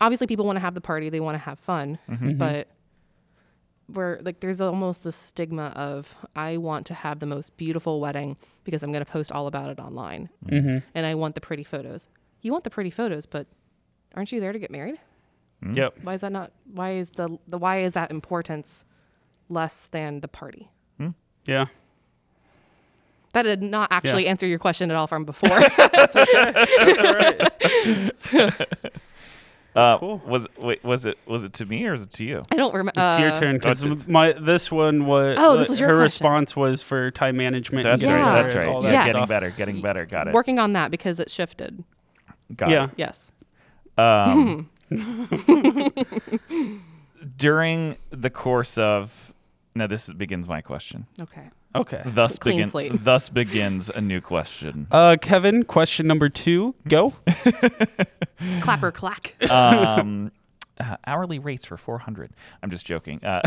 obviously, people want to have the party, they want to have fun,
Mm-hmm.
but where like there's almost this stigma of I want to have the most beautiful wedding because I'm going to post all about it online,
Mm-hmm.
and I want the pretty photos. You want the pretty photos, but aren't you there to get married?
Mm-hmm.
Yep.
Why is that not? Why is the the why is that importance less than the party?
Yeah.
That did not actually
Yeah.
answer your question at all from before.
Uh,
Cool.
Was wait, was it was it to me or was it to you?
I don't remember.
It's your turn
Oh, it's-
because my this one was.
Uh, Oh, this was your
her
question.
response was for time management. and
That's
Yeah.
right. That's
and
right.
all
yeah,
that
Yes.
getting
stuff.
better, getting better. Got it.
Working on that because it shifted.
Got
Yeah.
it.
Yes.
Um, during the course of now, this begins my question.
Okay.
Okay.
Thus
Clean
begin.
slate.
Thus begins a new question.
Uh, Kevin, question number two. Go.
Clapper clack.
um, uh, hourly rates were 400 i'm just joking uh,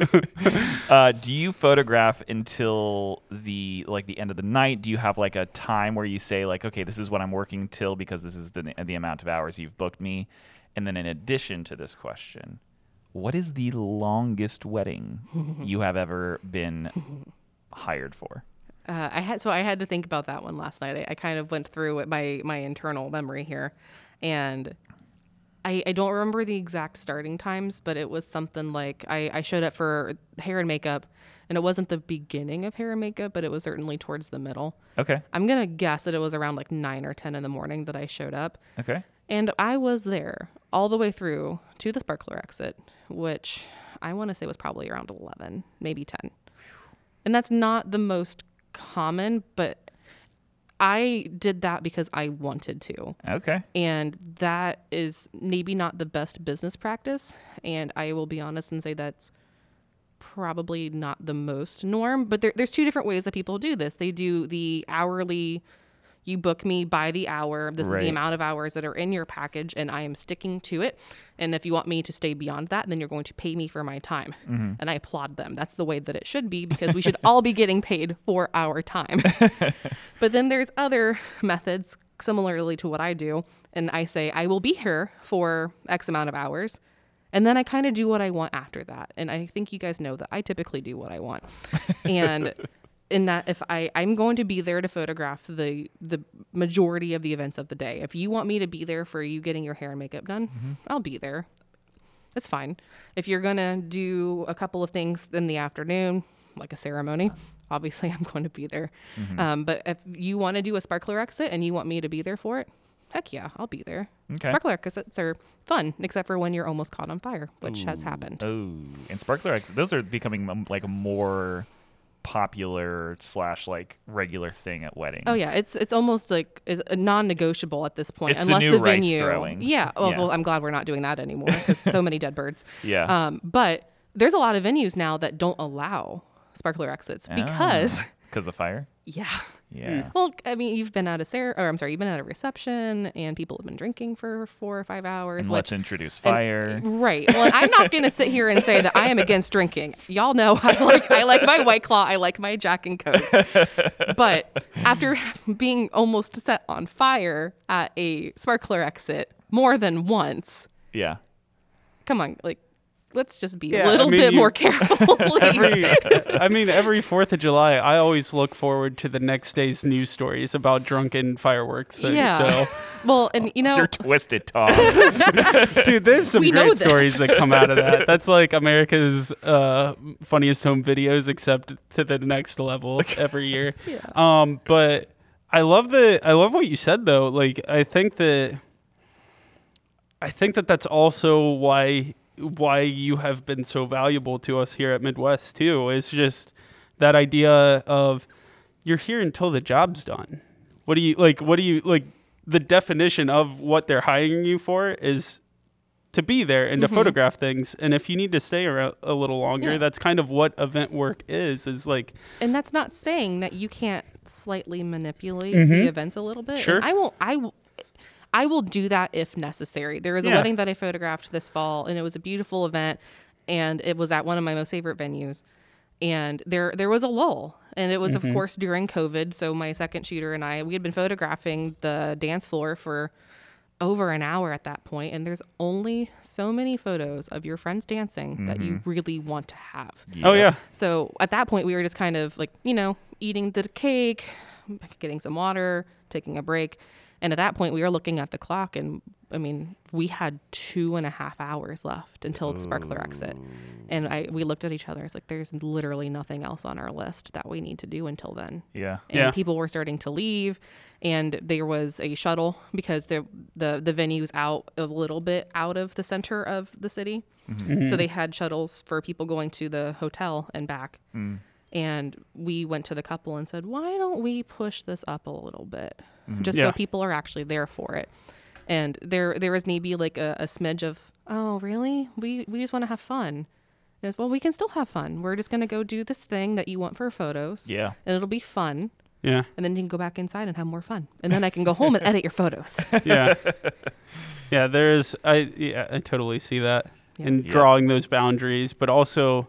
uh, do you photograph until the like the end of the night do you have like a time where you say like okay this is what i'm working till because this is the, the amount of hours you've booked me and then in addition to this question what is the longest wedding you have ever been hired for
Uh, I had so I had to think about that one last night. I, I kind of went through it, my my internal memory here, and I, I don't remember the exact starting times, but it was something like I, I showed up for hair and makeup, and it wasn't the beginning of hair and makeup, but it was certainly towards the middle.
okay
I'm gonna guess that it was around like nine or ten in the morning that I showed up,
okay
and I was there all the way through to the sparkler exit, which I want to say was probably around 11, maybe 10. And that's not the most common, but I did that because I wanted to.
okay
And that is maybe not the best business practice. And I will be honest and say that's probably not the most norm. But there, there's two different ways that people do this. They do the hourly, you book me by the hour. This is
Right.
the amount of hours that are in your package, and I am sticking to it. And if you want me to stay beyond that, then you're going to pay me for my time. And I applaud them. That's the way that it should be because we should all be getting paid for our time. But then there's other methods similarly to what I do. And I say, I will be here for X amount of hours. And then I kind of do what I want after that. And I think you guys know that I typically do what I want. And in that if I, I'm going to be there to photograph the the majority of the events of the day. If you want me to be there for you getting your hair and makeup done, I'll be there. It's fine. If you're going to do a couple of things in the afternoon, like a ceremony, obviously I'm going to be there. Um, but if you want to do a sparkler exit and you want me to be there for it, heck yeah, I'll be there.
Okay.
Sparkler exits are fun, except for when you're almost caught on fire, which has happened.
Oh, and sparkler X. Those are becoming um, like a more popular slash like regular thing at weddings.
Oh yeah, it's it's almost like it's a non-negotiable at this point,
It's the
unless
new
the
rice
venue.
throwing.
Yeah. Oh
Yeah.
well, I'm glad we're not doing that anymore because so many dead birds.
Yeah.
Um, but there's a lot of venues now that don't allow sparkler exits because
Oh,
Hmm.
Because the fire?
Yeah.
Yeah.
Well, I mean, you've been at a ser- or I'm sorry, you've been at a reception, and people have been drinking for four or five hours.
And
which-
let's introduce fire.
Right. Well, I'm not going to sit here and say that I am against drinking. Y'all know I like I like my White Claw, I like my Jack and Coke. But after being almost set on fire at a sparkler exit more than once,
yeah.
come on, like let's just be
Yeah, I
a little
mean,
bit
you-
more careful. please.
Every, I mean, every Fourth of July, I always look forward to the next day's news stories about drunken fireworks. So-
yeah. Well, and you know,
You're twisted, Tom.
So, dude, there's some
We know
great
this.
stories that come out of that. That's like America's uh, funniest home videos, except to the next level every year. yeah. Um, but I love the I love what you said though. Like, I think that I think that that's also why why you have been so valuable to us here at Midwest too. It's just that idea of you're here until the job's done. What do you like? What do you like? The definition of what they're hiring you for is to be there and to photograph things. And if you need to stay around a little longer,
Mm-hmm. Yeah.
that's kind of what event work is. Is like
and that's not saying that you can't slightly manipulate the events a little bit. And
Mm-hmm. Sure.
I will. I will. I will do that if necessary. There was
Yeah.
a wedding that I photographed this fall, and it was a beautiful event, and it was at one of my most favorite venues. And there, there was a lull, and it was
Mm-hmm.
of course during COVID. So my second shooter and I, we had been photographing the dance floor for over an hour at that point, and there's only so many photos of your friends dancing that you
Mm-hmm.
really want to have.
oh yeah,
So at that point, we were just kind of like, you know, eating the cake, getting some water, taking a break. And at that point, we were looking at the clock, and I mean, we had two and a half hours left until the sparkler exit. And I, we looked at each other. It's like, there's literally nothing else on our list that we need to do until then
yeah.
and
Yeah.
people were starting to leave and there was a shuttle because the the the venue's out a little bit out of the center of the city so
Mm-hmm.
they had shuttles for people going to the hotel and back and we went to the couple and said why don't we push this up a little bit just
Yeah.
so people are actually there for it and there there was maybe like a, a smidge of oh really we we just want to have fun and it's, well we can still have fun we're just going to go do this thing that you want for photos
Yeah.
and it'll be fun.
yeah,
And then you can go back inside and have more fun. And then I can go home and edit your photos.
yeah, yeah. There's I yeah I totally see that
Yeah.
and
Yeah.
drawing those boundaries, but also.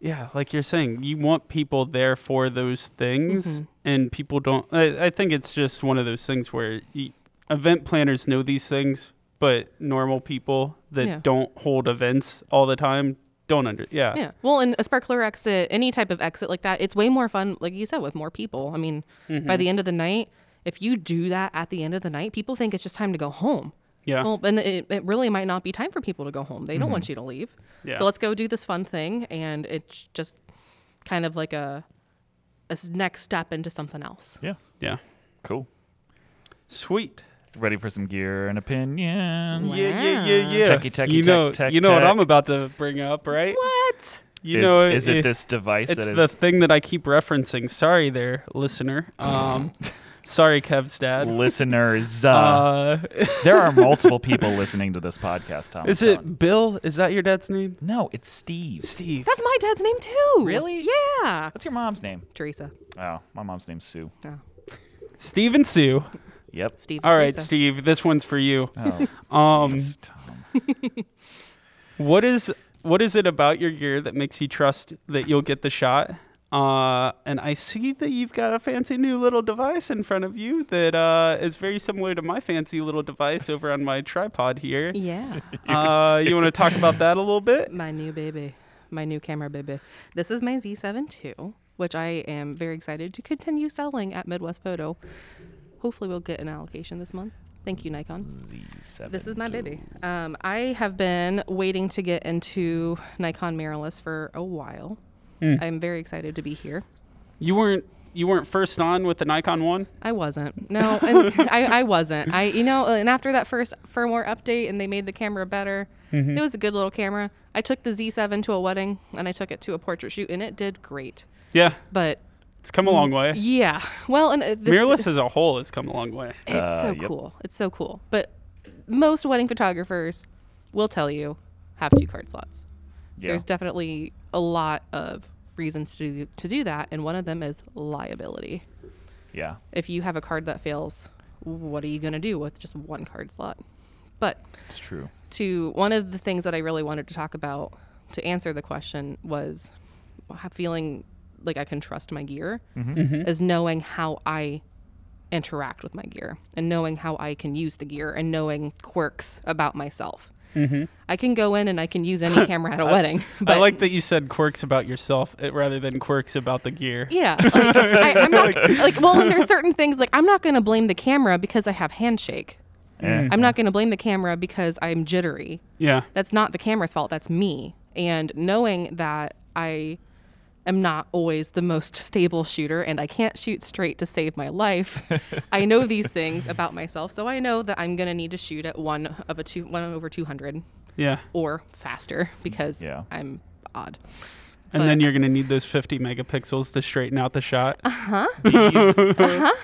Yeah, like you're saying, you want people there for those things,
Mm-hmm.
and people don't. I, I think it's just one of those things where you, event planners know these things, but normal people that
Yeah.
don't hold events all the time don't under. Yeah,
yeah. Well, and a sparkler exit, any type of exit like that, it's way more fun, like you said, with more people. I mean, by
Mm-hmm.
the end of the night, if you do that at the end of the night, people think it's just time to go home.
yeah, Mm-hmm.
Well, and it, it really might not be time for people to go home. They don't want you to leave.
Yeah.
So let's go do this fun thing. And it's just kind of like a, a s- next step into something else.
Yeah.
yeah.
Cool.
Sweet.
Ready for some gear and opinions.
Yeah, yeah, yeah, yeah.
Techie, techie,
you
tech,
know,
tech,
you know what
tech.
I'm about to bring up, right?
What?
You
is,
know,
is it,
it-
this device
It's
that
the
is
thing that I keep referencing. Sorry, there, listener. Um, sorry, Kev's dad.
listeners? Uh,
Uh,
there are multiple people listening to this podcast, Tom.
is
I'm telling you.
it Bill? Is that your dad's name?
No, it's Steve.
Steve.
That's my dad's name too.
Really?
Yeah.
What's your mom's name?
Teresa.
Oh, my mom's name's Sue.
Oh,
Steve and Sue.
Yep.
Steve.
All right,
Teresa.
Steve. This one's for you.
Oh,
Um,
jeez, Tom.
what is what is it about your gear that makes you trust that you'll get the shot? Uh, and I see that you've got a fancy new little device in front of you that uh, is very similar to my fancy little device over on my tripod here.
Yeah.
Uh, you want to talk about that a little bit?
my new baby. My new camera baby. This is my Z7 II, which I am very excited to continue selling at Midwest Photo. Hopefully, we'll get an allocation this month. Thank you, Nikon.
Z7.
This is my baby. Um, I have been waiting to get into Nikon mirrorless for a while. I'm very excited to be here.
You weren't you weren't first on with the Nikon one.
I wasn't. No, and I, I wasn't. I, you know, and after that first firmware update and they made the camera better, it was a good little camera. I took the Z7 to a wedding and I took it to a portrait shoot and it did great.
Yeah,
But
it's come a long way.
yeah, well, and uh, the,
Mirrorless as a whole has come a long way.
it's so
Uh, yep.
cool. It's so cool. But most wedding photographers will tell you have two card slots.
Yeah.
There's definitely a lot of reasons to do, to do that, and one of them is liability.
Yeah.
If you have a card that fails, what are you going to do with just one card slot? But
It's true.
to one of the things that I really wanted to talk about to answer the question was ha- feeling like I can trust my gear
Mm-hmm.
is knowing how I interact with my gear and knowing how I can use the gear and knowing quirks about myself. I can go in and I can use any camera at a wedding. But
Mm-hmm. I like that you said quirks about yourself eh, rather than quirks about the gear.
Yeah, like, I, I'm not like well, and there's certain things like I'm not going to blame the camera because I have handshake. I'm not going to blame the camera because I'm jittery.
Yeah.
that's not the camera's fault that's me and knowing that i am not always the most stable shooter and i can't shoot straight to save my life i know these things about myself so i know that i'm going to need to shoot at one of a two one over 200
Yeah.
or faster because
Yeah.
i'm odd
And
But-
then you're going to need those 50 megapixels to straighten out the shot.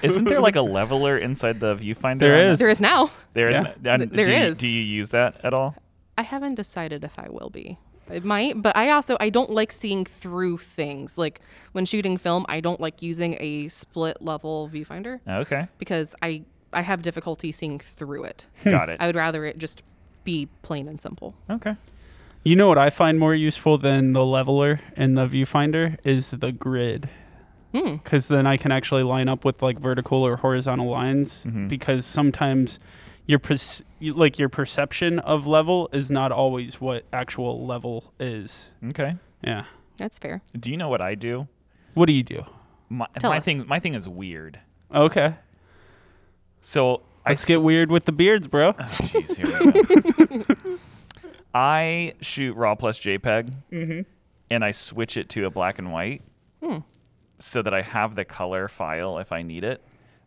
Isn't there like a leveler inside the viewfinder?
There
on
is.
this?
there is now
There is.
Yeah.
n- and
Th- there
do you,
is.
Do you use that at all?
i haven't decided if i will be it might but i also i don't like seeing through things like when shooting film i don't like using a split level viewfinder
Okay.
because I I have difficulty seeing through it.
Hmm.
Got it.
I would rather it just be plain and simple.
Okay.
You know what I find more useful than the leveler and the viewfinder is the grid.
Hmm.
Because then I can actually line up with like vertical or horizontal lines. Because sometimes your perce- you- like your perception of level is not always what actual level is.
Okay.
Yeah.
That's fair.
Do you know what I do?
What do you do?
My,
Tell
my
us.
thing. My thing is weird.
Okay.
So
Let's
I
get weird with the beards, bro.
Oh, jeez, here we go. I shoot RAW plus JPEG, and I switch it to a black and white, so that I have the color file if I need it.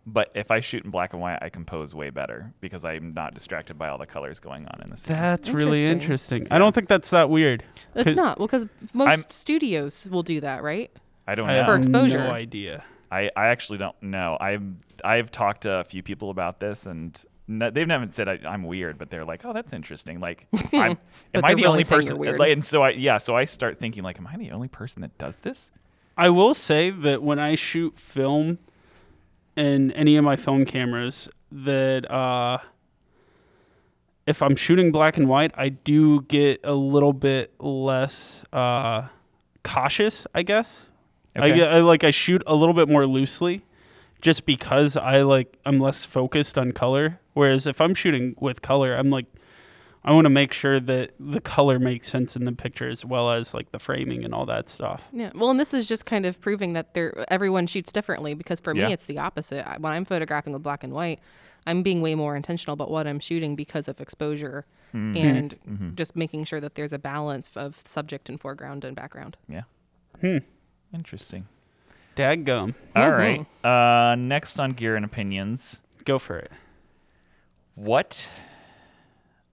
But if I shoot in black and white, I compose way better because I'm not distracted by all the colors going on in the scene.
That's really
Interesting.
interesting. I don't think that's that weird.
It's
Could-
not well because most
I'm-
studios will do that, right?
I don't
I
know.
have
For exposure.
no idea.
I, I actually don't know. I've I've talked to a few people about this, and no, they haven't said I, I'm weird, but they're like, "Oh, that's interesting." Like, I'm, am I the
they're
only
really saying
person?
you're weird.
like, and so I yeah, so I start thinking like, "Am I the only person that does this?"
I will say that when I shoot film in any of my film cameras, that uh, if I'm shooting black and white, I do get a little bit less uh, cautious, I guess. I
Okay.
get- I, like I shoot a little bit more loosely, just because I like I'm less focused on color. Whereas if I'm shooting with color, I'm like I want to make sure that the color makes sense in the picture as well as like the framing and all that stuff.
Yeah. Well, and this is just kind of proving that there everyone shoots differently because for
Yeah.
me it's the opposite. I- When I'm photographing with black and white, I'm being way more intentional about what I'm shooting because of exposure
Mm-hmm.
and just making sure that there's a balance of subject and foreground and background.
Yeah. Hmm. Interesting.
Dadgum.
All right. Uh, next on gear and opinions.
Go for it.
What?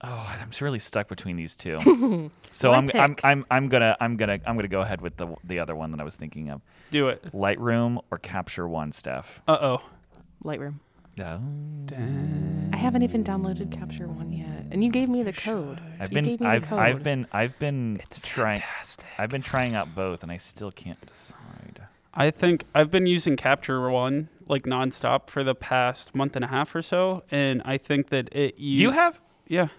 Oh, I'm s- really stuck between these two. so
My
I'm, I'm
pick.
I'm I'm gonna I'm gonna I'm gonna go ahead with the the other one that I was thinking of.
Do it.
Lightroom or Capture One, Steph.
Uh oh.
Lightroom.
Oh.
I haven't even downloaded Capture One yet, and you gave me the code.
I've
you
been,
gave me
I've,
the code.
I've been, I've been trying. I've been trying out both, and I still can't decide.
I think I've been using Capture One like nonstop for the past month and a half or so, and I think that it. You,
You have
Yeah.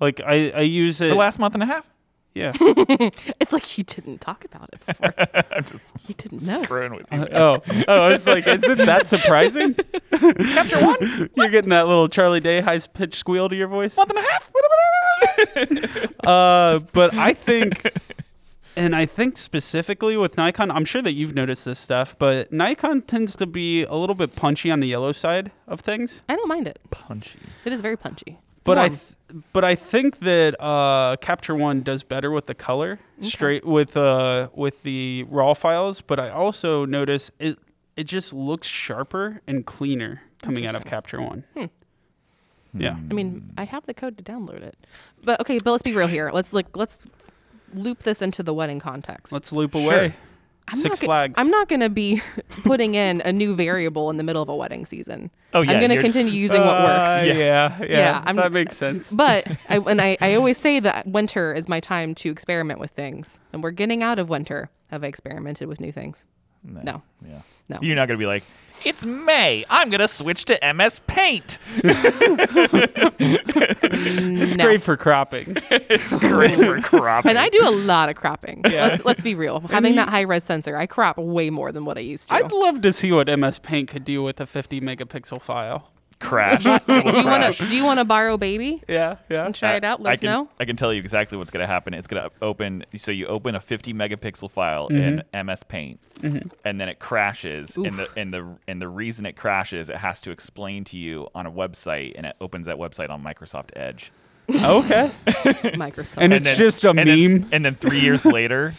Like I, I use it.
the last month and a half.
yeah.
It's like you didn't talk about it before. you didn't know.
Screwing with you.
Uh,
oh, oh! It's like, is it that surprising?
Capture one
You're getting that little Charlie Day high pitched squeal to your voice.
month and a half.
Uh, but I think, and I think specifically with Nikon, I'm sure that you've noticed this stuff, but Nikon tends to be a little bit punchy on the yellow side of things.
I don't mind it.
Punchy.
It is very punchy.
but I
warm.
th- but I think that uh, Capture One does better with the color straight with uh with the raw files. But I also notice it it just looks sharper and cleaner coming out of Capture One. Yeah,
Hmm.
I mean, I have the code to download it. But okay, but let's be real here. Let's like let's loop this into the wedding context.
let's loop
Sure.
away.
I'm
Six
not gonna-
Flags.
I'm not going to be putting in a new variable in the middle of a wedding season.
Oh, yeah,
I'm going to
you're-
continue using what
Uh,
works.
yeah, yeah,
Yeah, I'm-
that makes sense.
But I, and I, I always say that winter is my time to experiment with things, and we're getting out of winter. Have I experimented with new things? No.
Yeah.
No.
You're not going to be like, it's May. I'm going to switch to MS Paint.
It's great for cropping.
It's great for cropping.
And I do a lot of cropping. Let's let's be real. Having
you-
that high res sensor, I crop way more than what I used to.
I'd love to see what MS Paint could do with a 50 megapixel file.
crash. It will
do you want
crash.
to do you want to borrow baby
Yeah, yeah.
and try it out? Let
I
us
can,
know.
I can tell you exactly what's going to happen. It's going to open. So you open a 50 megapixel file
Mm-hmm.
in MS Paint, and then it crashes. And the and the and the reason it crashes, it has to explain to you on a website, and it opens that website on Microsoft Edge.
Okay.
Microsoft.
And it's just a
and
meme.
Then, and then three years later,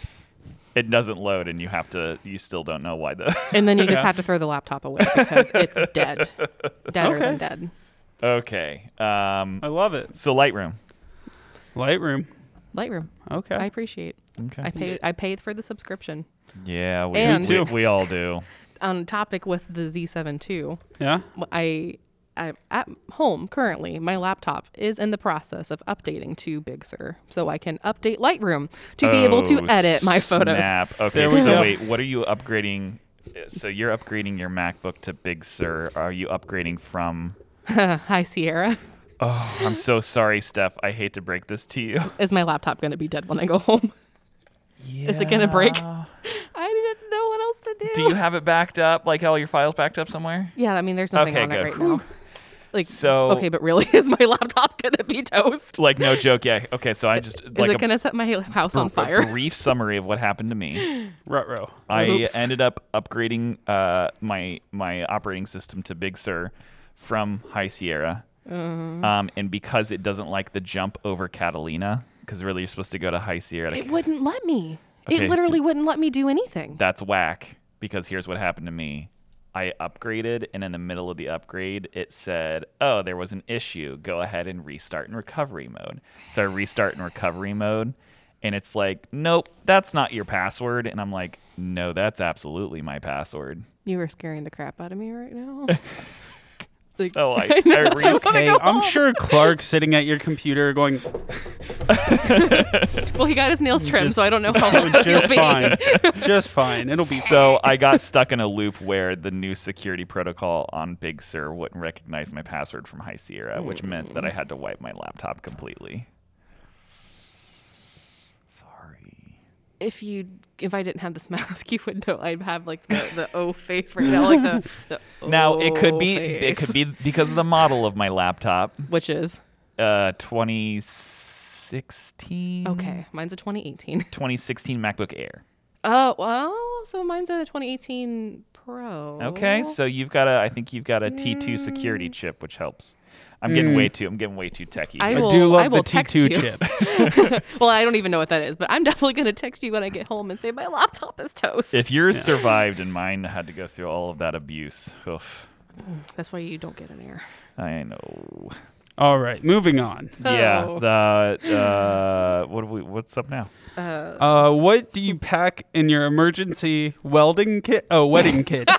it doesn't load, and you have to. You still don't know why the.
and then you just have to throw the laptop away because it's dead. Deader
Okay.
than dead.
okay. Um.
I love it.
So Lightroom.
Lightroom.
Lightroom.
Okay.
I appreciate.
Okay.
I pay I paid for the subscription.
yeah. We,
And- Me
we,
too.
we all do.
On topic with the Z7 II,
yeah.
I I'm at home currently. My laptop is in the process of updating to Big Sur, so I can update Lightroom to be able to
Oh,
edit my photos.
Snap. Okay,
There we
so
go.
wait, what are you upgrading? So you're upgrading your MacBook to Big Sur. Are you upgrading from?
Hi Sierra.
I'm so sorry, Steph. I hate to break this to you.
Is my laptop going to be dead when I go home? Is it gonna break?
Yeah.
I didn't know what else to do.
Do you have it backed up? Like all your files backed up somewhere?
Yeah, I mean, there's nothing
Okay,
on it
good.
right
Whew.
now. Like,
So-
okay, but really, is my laptop gonna be toast?
Like no joke. Yeah. Okay. So I just
Is
like
it gonna set my house
br-
on fire?
brief summary of what happened to me.
Rutro.
I
Oops.
ended up upgrading uh, my my operating system to Big Sur from High Sierra.
Mm-hmm.
Um, and because it doesn't like the jump over Catalina, because really you're supposed to go to High Sierra. To
it wouldn't let me.
Okay.
It literally wouldn't let me do anything.
that's whack because here's what happened to me. I upgraded, and in the middle of the upgrade, it said, Oh, there was an issue. Go ahead and restart in recovery mode. So I restart in recovery mode, and it's like, Nope, that's not your password. And I'm like, No, that's absolutely my password.
You are scaring the crap out of me right now. Like,
So I,
I
I,
know, that's
re-
what- wanna
Okay,
go
I'm
home.
sure Clark sitting at your computer going,
well, he got his nails trimmed, so I don't know how long
just
he'll be.
fine. Just fine. It'll be
so I got stuck in a loop where the new security protocol on Big Sur wouldn't recognize my password from High Sierra, which meant that I had to wipe my laptop completely. Sorry.
If you, if I didn't have this mask, you would know. I'd have like the, the O face right now, like the. the
Now it could
O
be it
Oh, face.
could be because of the model of my laptop,
Which is
uh, 2016.
okay. Mine's a 2018.
2016 MacBook Air.
Oh well, so mine's a 2018 Pro.
Okay, so you've got a I think you've got a T2
Mm.
security chip, which helps. I'm getting way too I'm getting way too techy.
I
I
will-
do love
I
the
will text
T2
you.
chip.
Well, I don't even know what that is, but I'm definitely going to text you when I get home and say my laptop is toast.
If yours survived and mine had to go through all of that abuse, oof,
That's why you don't get an air.
I know.
All right, moving on.
Yeah.
Oh.
The uh, what do we? What's up now?
Uh, what do you pack in your emergency welding kit? Oh, wedding kit.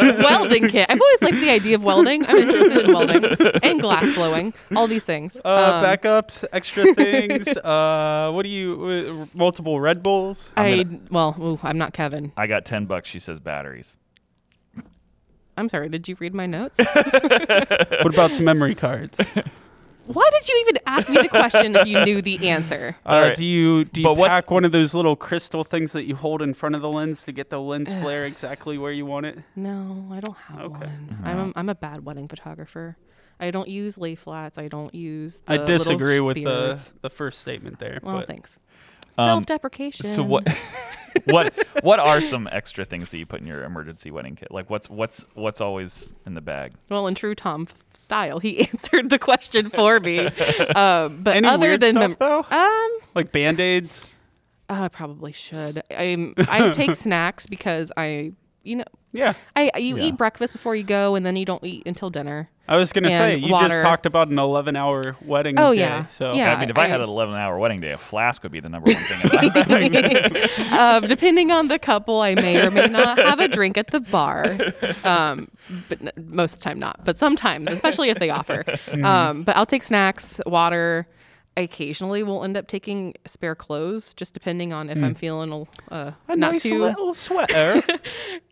welding kit. I've always liked the idea of welding. I'm interested in welding and glass blowing, all these things.
Uh,
Um,
backups, extra things. uh, what do you? Uh, multiple Red Bulls.
I well, ooh, I'm not Kevin.
I got ten bucks. She says batteries.
I'm sorry. Did you read my notes?
What about some memory cards?
Why did you even ask me the question if you knew the answer?
Uh,
right.
Do you do you
But what's-
pack one of those little crystal things that you hold in front of the lens to get the lens flare exactly where you want it?
No, I don't have
Okay. Uh-huh.
one. I'm a, I'm a bad wedding photographer. I don't use lay flats. I don't use. The
I
little
disagree with
spears.
the the first statement there.
Well,
but
thanks.
Um,
Self-deprecation.
So what? what? What are some extra things that you put in your emergency wedding kit? Like what's what's what's always in the bag?
Well, in true Tom f- style, he answered the question for me. um, but
Any
other
weird
than
stuff
mem-
though?
um,
Like band aids.
oh, I probably should. I I take snacks because I you know
Yeah,
I you
Yeah.
eat breakfast before you go and then you don't eat until dinner.
I was gonna say
And
you just
water.
talked about an eleven hour wedding.
Oh,
day,
yeah.
So
Yeah.
I mean, if I,
I-
had an eleven-hour wedding day, a flask would be the number one thing.
um, depending on the couple, I may or may not have a drink at the bar, um, but n-
Mm-hmm.
most of the time not. But sometimes, especially if they offer. Um, but I'll take snacks, water. I occasionally will end up taking spare clothes, just depending on if I'm feeling uh,
Mm. A
not
nice
too.
little sweater.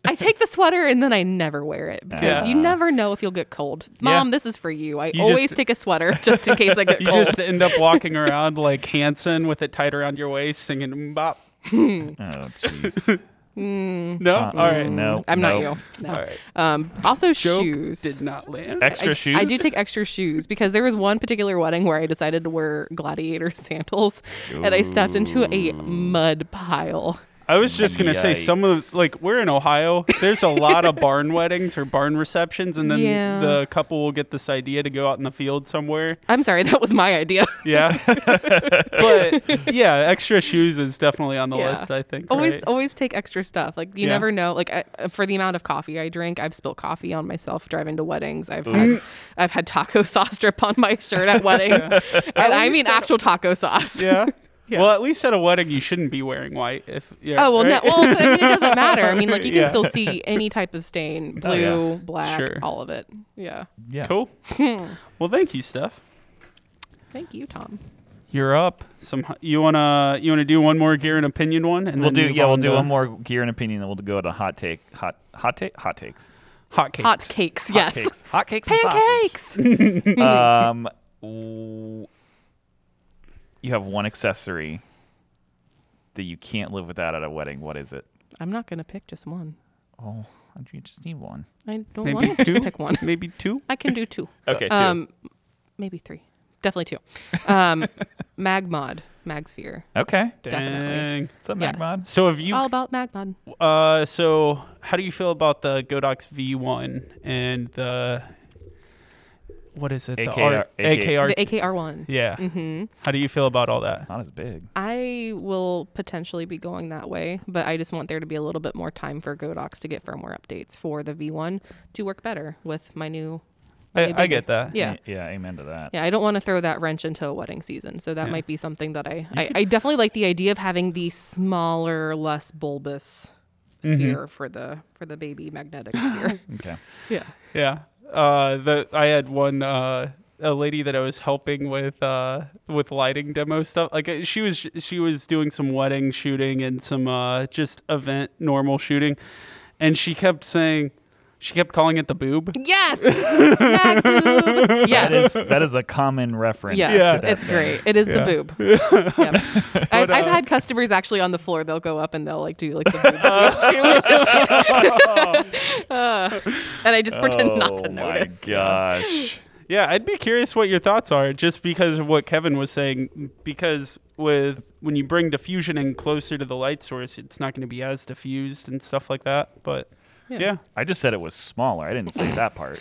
I take the sweater and then I never wear it because you
Yeah.
never know if you'll get cold. Mom, this is for you. I
You
always
just-
take a sweater just in case I get
you
cold.
just end up walking around like Hanson with it tied around your waist, singing bop.
Oh, jeez.
Mm-hmm.
Uh,
Uh, No, all right,
No.
Mm, I'm not
no.
you. No.
all right.
Um, also
Joke
shoes.
did not land.
Extra
I,
shoes?
I do take extra shoes because there was one particular wedding where I decided to wear gladiator sandals and I stepped into a mud pile.
I was just gonna say some of
Yikes.
like we're in Ohio. There's a lot of barn weddings or barn receptions, and then
Yeah.
the couple will get this idea to go out in the field somewhere.
I'm sorry, that was my idea.
Yeah, but yeah, extra shoes is definitely on the
Yeah.
list. I think.
always
right?
always take extra stuff. Like you
Yeah.
never know. Like I, for the amount of coffee I drink, I've spilled coffee on myself driving to weddings. I've had, I've had taco sauce drip on my shirt at weddings. and I
least
mean
that-
actual taco sauce.
yeah.
Yeah.
Well, at least at a wedding, you shouldn't be wearing white. If yeah,
Oh well,
right?
no. Well, I mean, it doesn't matter. I mean, like you can
Yeah.
still see any type of stain,
Oh, yeah.
blue, black,
Sure.
all of it. Yeah.
Yeah.
Cool. well, thank you, Steph.
Thank you, Tom.
You're up. Some you wanna you wanna do one more gear and opinion one, and
We'll
then
do
move
yeah, we'll
on
do
to
one more gear and opinion, then we'll go to hot take hot hot take hot takes.
hot cakes.
Hot cakes,
Hot
yes.
cakes. Hot cakes and sausage.
Pancakes.
um, w- you have one accessory that you can't live without at a wedding. What is it?
I'm not gonna pick just one.
Oh, you just need one.
I don't
Maybe
want to
two?
just pick one.
Maybe two.
I can do two.
Okay, two.
Um, maybe three. Definitely two. Um, Magmod, Magsphere.
okay,
Definitely.
Dang.
what's up,
Yes.
Magmod?
So have you
All about Magmod.
Uh, so how do you feel about the Godox V1 and the what is it?
AKR
the R-
AK
AKR.
The AKR one. Hmm.
yeah. Mm-hmm. How do you feel about all that?
It's not as big.
I will potentially be going that way, but I just want there to be a little bit more time for Godox to get firmware updates for the V1 to work better with my new. my new
I, I
baby.
get that.
Yeah.
A- yeah. Amen to that.
Yeah, I don't want to throw that wrench into a wedding season. So that
Yeah.
might be something that I, I, I definitely like the idea of having the smaller, less bulbous sphere for the for the baby magnetic sphere.
Okay.
yeah.
Yeah. Uh, the I had one uh, a lady that I was helping with uh, with lighting demo stuff. Like uh, she was she was doing some wedding shooting and some uh, just event normal shooting, and she kept saying, she kept calling it the boob.
Yes. Mag boob.
That
Yes.
is that is a common reference.
Yes,
Yeah.
to that
it's
thing.
great. It is
Yeah.
the boob. Yep. I've, I've
uh,
had customers actually on the floor. They'll go up and they'll like do like the boob too. uh, and I just pretend not to
Oh
notice.
My gosh.
Yeah, I'd be curious what your thoughts are, just because of what Kevin was saying. Because with when you bring diffusion in closer to the light source, it's not going to be as diffused and stuff like that. But yeah,
Yeah.
yeah,
I just said it was smaller. I didn't say that part.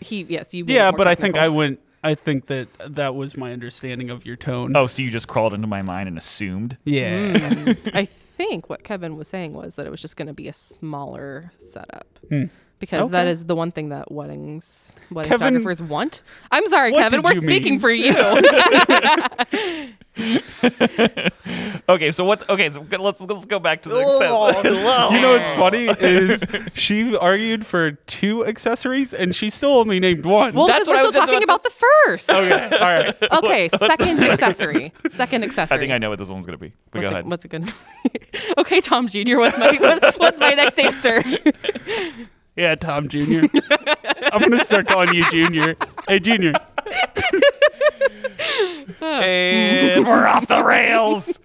He yes, you. made it more
but I think I
technical.
went. I think that that was my understanding of your tone.
Oh, so you just crawled into my mind and assumed?
yeah,
Mm. I think what Kevin was saying was that it was just going to be a smaller setup.
Hmm.
Because that
Okay.
is the one thing that weddings, wedding
Kevin-
photographers want. I'm sorry,
What
Kevin,
did
we're
you mean?
speaking for you.
Okay, so what's okay? So let's let's go back to the
Oh,
accessory.
you know what's funny is she argued for two accessories and she still only named one.
well,
That's
because
what
we're
I
still
was just
talking
about
about the first. Okay,
okay, all right.
second accessory. Second accessory.
I think I know what this one's gonna be. But
What's,
go
it,
ahead.
what's it gonna be? okay, Tom Jr., what's my what, what's my next answer?
Yeah, Tom Jr. I'm gonna start calling you Junior. Hey, Junior.
And we're off the rails.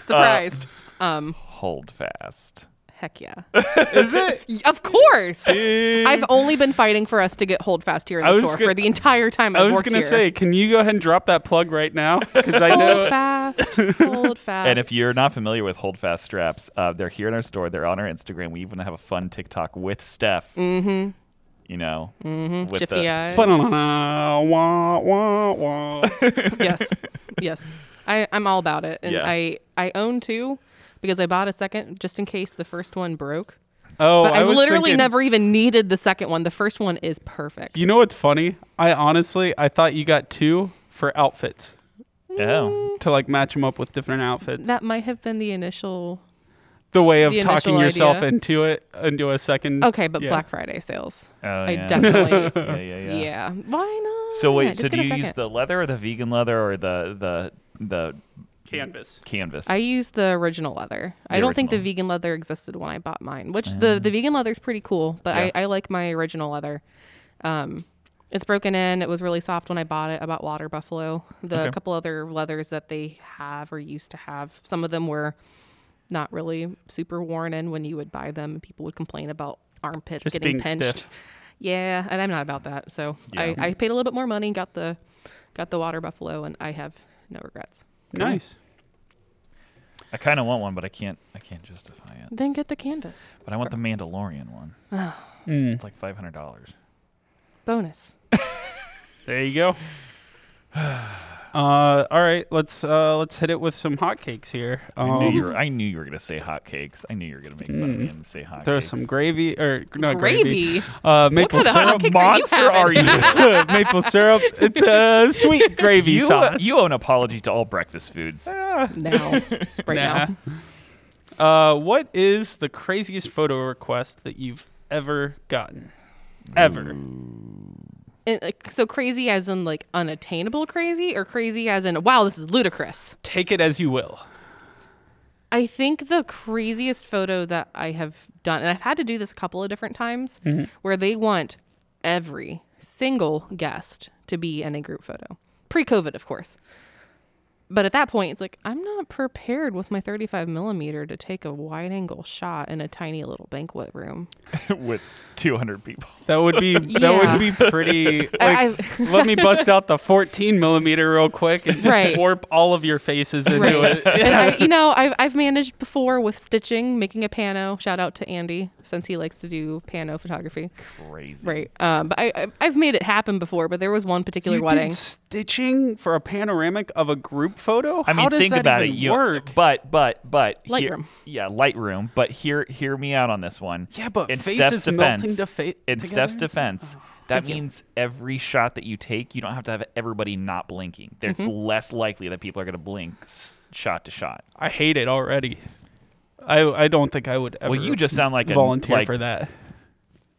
Surprised.
Uh,
um,
Hold fast.
heck yeah.
Is it?
Y- of course.
Eh,
I've only been fighting for us to get hold fast here in
I
the
was
store
gonna-
for the entire time I've
I was
worked
gonna
here.
say, can you go ahead and drop that plug right now? Because I
hold
know.
fast, hold fast.
And if you're not familiar with Hold Fast straps, uh, they're here in our store. They're on our Instagram. We even have a fun TikTok with Steph. Mm-hmm. You know, mm-hmm.
shifty eyes,
Ba-da-da-da, wah, wah, wah.
yes, yes, I, I'm all about it, and
Yeah.
I I own two because I bought a second just in case the first one broke.
Oh,
But
I
I've
was
literally
thinking-
never even needed the second one. The first one is perfect.
You know what's funny? I honestly, I thought you got two for outfits
Oh,
Mm.
to like match them up with different outfits.
that might have been the initial
the way of
The
talking
initial
yourself
idea.
into it into a second.
Okay, but
yeah.
Black Friday sales.
Oh,
I
yeah.
definitely.
yeah, yeah,
yeah.
yeah.
Why not?
So wait,
Just
so
get
do
a
you use
second.
the leather or the vegan leather or the the the
canvas.
canvas?
I use the original leather. I
The
don't think the
original. Um,
vegan leather existed when I bought mine, which the the vegan leather's pretty cool, but
Yeah.
I, I like my original leather. Um it's broken in. It was really soft when I bought it. I bought water buffalo. The
Okay.
couple other leathers that they have or used to have, some of them were not really super worn in when you would buy them. and People would complain about armpits
Just
getting
being
pinched.
stiff.
Yeah, and I'm not about that. So
Yeah.
I, I paid a little bit more money, got the got the water buffalo, and I have no regrets.
Nice.
I kind of want one, but I can't. I can't justify it.
Then get the canvas
But I want the Mandalorian one.
Mm.
It's like five hundred dollars.
bonus.
There you go. Uh, all right, let's uh, let's hit it with some hotcakes here.
I knew you
Um,
were. I knew you were gonna say hotcakes. I knew you were gonna make fun of me and say hotcakes.
throw Mm. some gravy or not gravy.
Gravy.
Uh, maple
kind of
syrup.
hotcakes
monster. Are
are you
you?
having?
maple syrup. It's a sweet gravy
you, uh,
sauce.
you owe an apology to all breakfast foods.
now, right
Nah.
now.
Uh, what is the craziest photo request that you've ever gotten? Ever.
And, like, so crazy as in like unattainable crazy, or crazy as in wow, this is ludicrous.
Take it as you will.
I think the craziest photo that I have done, and I've had to do this a couple of different times,
Mm-hmm.
where they want every single guest to be in a group photo, pre COVID, of course. But at that point, it's like, I'm not prepared with my 35 millimeter to take a wide angle shot in a tiny little banquet room.
with two hundred people.
That would be that
Yeah.
would be pretty. Like,
I-
let me bust out the 14 millimeter real quick and just
Right.
warp all of your faces into
Right.
it.
and I, you know, I've, I've managed before with stitching, making a pano. Shout out to Andy, since he likes to do pano photography.
Crazy.
Right. Um, but I, I, I've made it happen before, but there was one particular
You
wedding.
did stitching for a panoramic of a group photo.
I mean,
How does
think
that
about
even
it. You,
work?
But but but here-
Lightroom.
yeah, Lightroom. But hear hear me out on this one.
Yeah, but
in
faces
Steph's
melting
defense,
to fa-
in Steph's
together? oh,
defense, that means every shot that you take, you don't have to have everybody not blinking. There's
Mm-hmm.
less likely that people are going to blink s- shot to shot.
I hate it already. I I don't think I would ever.
you just sound like a-
volunteer
like-
for that.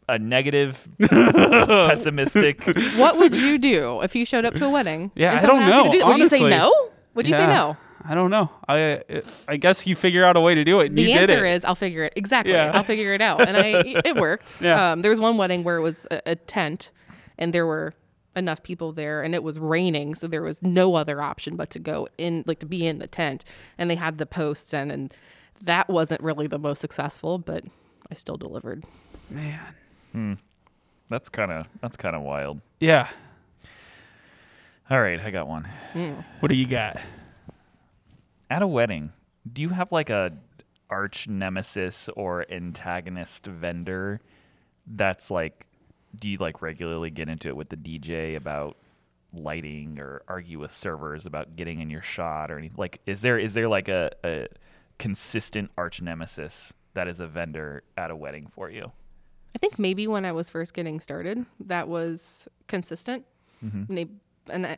A negative, pessimistic.
what would you do if you showed up to a wedding?
Yeah,
and
I
someone
don't
asked
know,
you to do that? Would you say
honestly.
no? Would you say
Yeah.
no?
I don't know. I I guess you figure out a way to do it. and
The
you did
answer
it.
is I'll figure it. Exactly.
Yeah.
I'll figure it out. And I it worked.
Yeah.
Um, there was one wedding where it was a, a tent and there were enough people there and it was raining so there was no other option but to go in like to be in the tent and they had the posts in and that wasn't really the most successful but I still delivered.
man.
that's kind of that's kind of wild.
Yeah.
All right, I got one.
What do you got?
At a wedding, do you have like a arch nemesis or antagonist vendor that's like do you like regularly get into it with the DJ about lighting or argue with servers about getting in your shot or anything like is there is there like a, a consistent arch nemesis that is a vendor at a wedding for you?
I think maybe when I was first getting started, that was consistent.
Mm-hmm.
And, they, and I,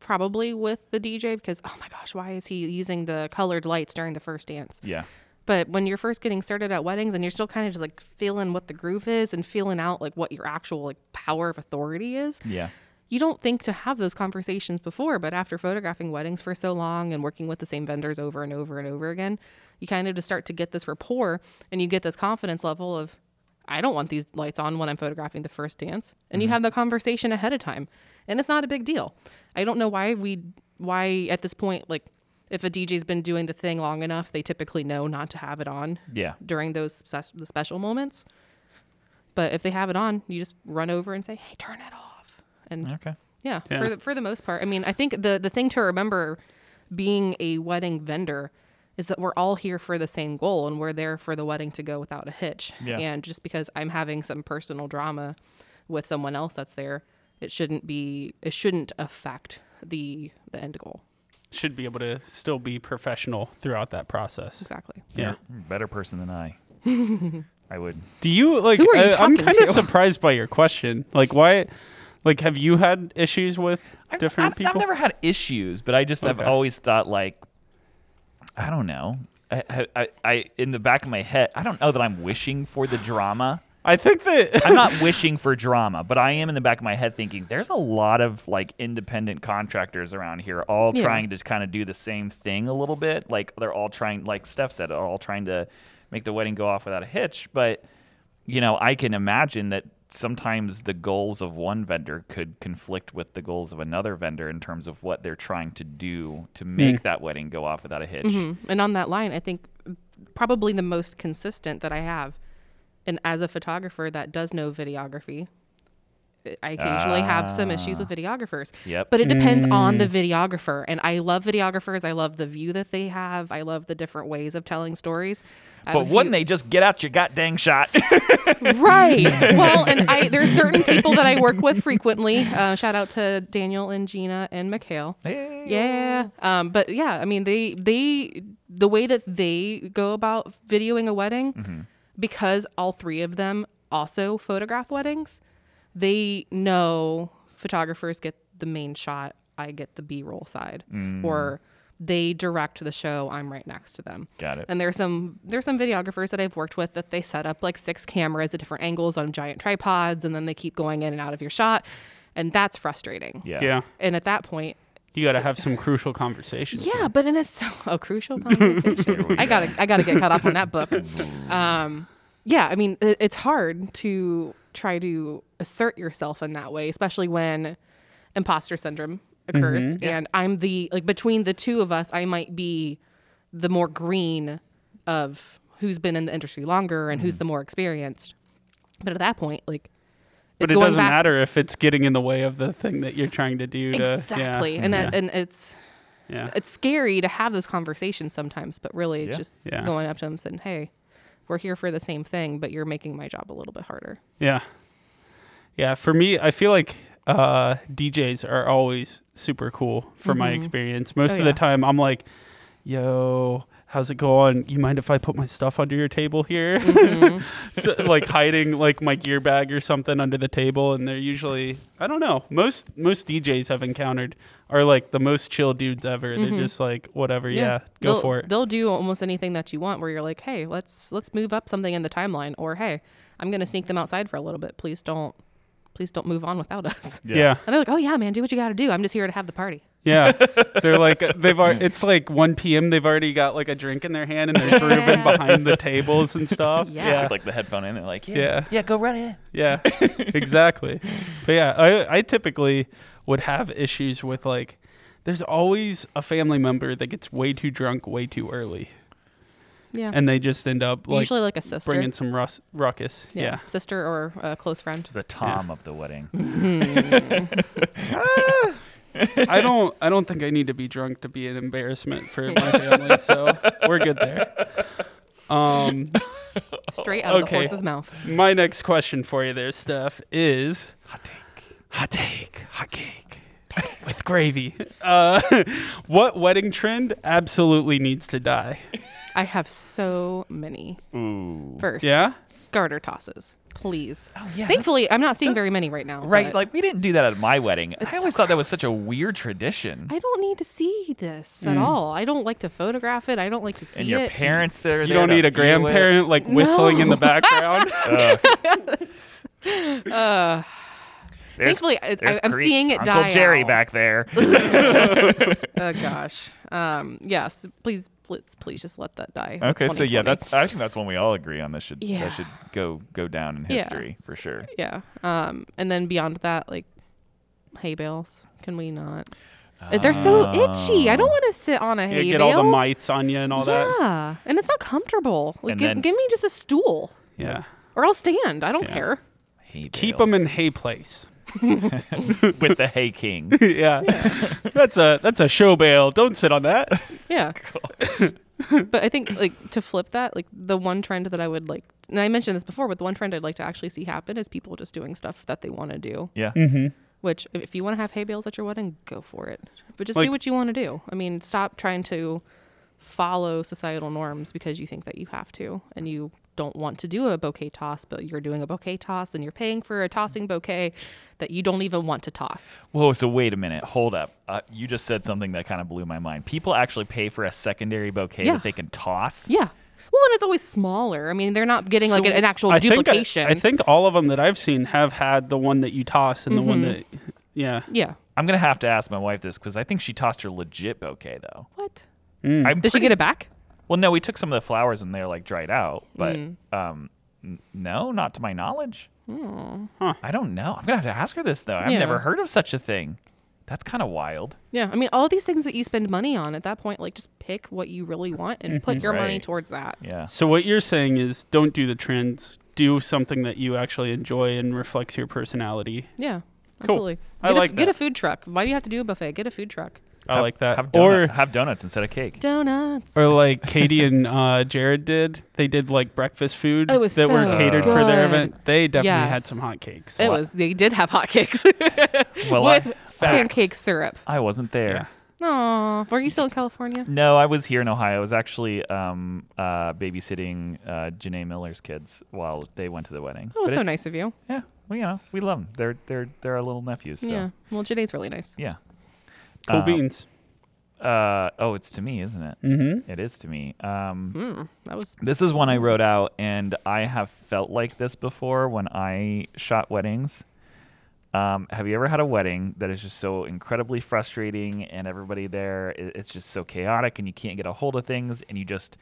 probably with the DJ because, oh my gosh, why is he using the colored lights during the first dance?
Yeah.
But when you're first getting started at weddings and you're still kind of just like feeling what the groove is and feeling out like what your actual like power of authority is,
Yeah.
you don't think to have those conversations before, but after photographing weddings for so long and working with the same vendors over and over and over again, you kind of just start to get this rapport and you get this confidence level of, I don't want these lights on when I'm photographing the first dance. And you have the conversation ahead of time. And it's not a big deal. I don't know why we, why at this point, like if a DJ's been doing the thing long enough, they typically know not to have it on
Yeah.
during those ses- the special moments. But if they have it on, you just run over and say, "Hey, turn it off." And
Okay.
yeah,
Yeah.
for the, for the most part. I mean, I think the the thing to remember being a wedding vendor is that we're all here for the same goal and we're there for the wedding to go without a hitch.
Yeah.
And just because I'm having some personal drama with someone else that's there, it shouldn't be it shouldn't affect the the end goal.
Should be able to still be professional throughout that process.
Exactly.
Yeah.
You're a better person than I. I would.
Do you like?
Who are you
I, I'm
talking
kind of
to?
surprised by your question. Like, why? Like, have you had issues with different
I've,
people?
I've never had issues, but I just have
Okay.
always thought like, I don't know. I, I, I, in the back of my head, I don't know that I'm wishing for the drama.
I think that
I'm not wishing for drama, but I am in the back of my head thinking there's a lot of like independent contractors around here, all
Yeah.
trying to kind of do the same thing a little bit. Like they're all trying, like Steph said, are all trying to make the wedding go off without a hitch. But you know, I can imagine that sometimes the goals of one vendor could conflict with the goals of another vendor in terms of what they're trying to do to
Hmm.
make that wedding go off without a hitch.
Mm. And on that line, I think probably the most consistent that I have, and as a photographer that does know videography, I occasionally have some issues with videographers.
Ah. Yep.
But it depends on the videographer. And I love videographers. I love the view that they have. I love the different ways of telling stories. I
But
have a
wouldn't
few-
they just get out your goddamn shot?
Right. well, and I there's certain people that I work with frequently. Uh, shout out to Daniel and Gina and Mikhail.
Hey.
Yeah. Um, but yeah, I mean, they they the way that they go about videoing a wedding,
Mm-hmm.
because all three of them also photograph weddings, they know photographers get the main shot, I get the B roll side,
Mm.
or they direct the show. I'm right next to them.
Got it.
And there's some there's some videographers that I've worked with that they set up like six cameras at different angles on giant tripods, and then they keep going in and out of your shot, and that's frustrating.
yeah.
And at that point,
You got to have some crucial conversations.
yeah, but and it's so a crucial conversation. I gotta I gotta get caught up on that book. Um, yeah, I mean it, it's hard to try to assert yourself in that way, especially when imposter syndrome occurs.
Mm-hmm.
And I'm the like between the two of us, I might be the more green of who's been in the industry longer and
Mm-hmm.
who's the more experienced. But at that point, like
But
it's
it
going
doesn't
back-
matter if it's getting in the way of the thing that you're trying to do. To,
Exactly,
Yeah. Mm-hmm.
and that, and it's
yeah.
it's scary to have those conversations sometimes, but really
Yeah.
just
Yeah.
going up to them saying, "Hey, we're here for the same thing, but you're making my job a little bit harder."
Yeah. Yeah. For me, I feel like uh, DJs are always super cool from my experience. Most
Oh,
of
yeah.
the time, I'm like, yo, how's it going? You mind if I put my stuff under your table here?
Mm-hmm.
so, like hiding like my gear bag or something under the table. And they're usually, I don't know. Most, most DJs I've encountered are like the most chill dudes ever. They're just like, whatever. Yeah. go
Mm-hmm. they'll,
for it.
They'll do almost anything that you want. Where you're like, "Hey, let's let's move up something in the timeline," or "Hey, I'm going to sneak them outside for a little bit. Please don't, please don't move on without us."
Yeah.
yeah.
And they're like, "Oh yeah, man, do what you got to do. I'm just here to have the party."
Yeah, they're like they've. Ar- it's like 1 p.m. They've already got like a drink in their hand and they're grooving
Yeah.
behind the tables and stuff.
Yeah.
Yeah,
With like the headphone in, they're like, yeah,
Yeah.
yeah, go right ahead.
yeah, exactly. But yeah, I, I typically would have issues with like. There's always a family member that gets way too drunk way too early,
Yeah,
and they just end up like
usually like a sister,
bringing some rus- ruckus. Yeah,
sister or a close friend.
The Tom of the wedding.
I don't. I don't think I need to be drunk to be an embarrassment for my family, so we're good there. Um,
Straight out of
Okay.
the horse's mouth.
My next question for you there, Steph, is hot take. Hot take. Hot cake. With gravy. Uh, what wedding trend absolutely needs to die?
I have so many.
Ooh.
First,
Yeah?
garter tosses, please.
Oh, yeah.
Thankfully, I'm not seeing very many right now.
right.
but
Like, we didn't do that at my wedding.
It's
I
so
always thought that was such
gross.
a weird tradition.
I don't need to see this
Mm.
at all. I don't like to photograph it. I don't like to see
and your
it.
parents there.
You don't need a grandparent like whistling in the background.
Thankfully, I, I, am seeing it
Uncle
die
Jerry
out.
back there.
Oh gosh. Um. Yes. Please. Please. Please. Just let that die. for
okay, so yeah,
2020.
that's. I think that's one we all agree on. This should
Yeah.
that should go go down in
Yeah.
history for sure.
yeah. Um. And then beyond that, like hay bales. Can we not? Uh, They're so itchy.
Oh.
I don't want to sit on a
You
hay
get
bale.
all the mites on you and all that.
Yeah, and it's not comfortable. Like,
And
give,
then-
give me just a stool,
Yeah.
or I'll stand. I don't
Yeah.
care.
Hay
Keep
bales.
them in hay place.
with the hay king.
yeah. That's a that's a show bale. Don't sit on that.
Yeah. but I think like to flip that, like the one trend that I would like, and I mentioned this before, but the one trend I'd like to actually see happen is people just doing stuff that they want to do.
Yeah.
Mm-hmm.
Which, if- if you want to have hay bales at your wedding, go for it. But just
Like-
do what you want to do. I mean, stop trying to follow societal norms because you think that you have to, and you don't want to do a bouquet toss, but you're doing a bouquet toss and you're paying for a tossing bouquet that you don't even want to toss.
Whoa, so wait a minute. Hold up. Uh, you just said something that kind of blew my mind. People actually pay for a secondary bouquet
Yeah.
that they can toss.
Yeah. Well, and it's always smaller. I mean, they're not getting like
So
an, an actual
I think I-
duplication.
I think all of them that I've seen have had the one that you toss and the one that,
Mm-hmm.
yeah.
yeah.
I'm going to have to ask my wife this because I think she tossed her legit bouquet, though.
What?
Mm.
I'm
Did she
pretty-
get it back?
Well, no, we took some of the flowers and they're like dried out, but
Mm.
um, n- no, not to my knowledge.
Huh.
I don't know. I'm gonna have to ask her this though. I've
Yeah.
never heard of such a thing. That's kind of wild.
Yeah. I mean, all these things that you spend money on at that point, like just pick what you really want and put your money
Right.
towards that.
Yeah.
So what you're saying is don't do the trends. Do something that you actually enjoy and reflects your personality.
Yeah.
Cool.
Absolutely.
I
Get a,
like
Get a
that.
food truck. Why do you have to do a buffet? Get a food truck.
I like that.
Have donut,
or
have donuts instead of cake.
Donuts.
or like Katie and uh, Jared did. They did like breakfast food
It was
that were
so
catered for their
good.
event. They definitely had
Yes.
some hot cakes.
it
Wow.
was. They did have hotcakes
Well, I,
with
fact,
pancake syrup.
I wasn't there.
Yeah.
Aw, were you still in California?
No, I was here in Ohio. I was actually um, uh, babysitting uh, Janae Miller's kids while they went to the wedding.
That was
But
Oh, so
it's-
nice of you.
Yeah, well, you know, we love them. They're they're they're our little nephews. So.
Yeah. Well, Janae's really nice.
Yeah.
Cool
Uh,
beans.
Uh, oh, it's to me, isn't it?
Mm-hmm.
It is to me. Um,
Mm, that was
This is one I wrote out, and I have felt like this before when I shot weddings. Um, have you ever had a wedding that is just so incredibly frustrating, and everybody there, i- it's just so chaotic, and you can't get a hold of things, and you just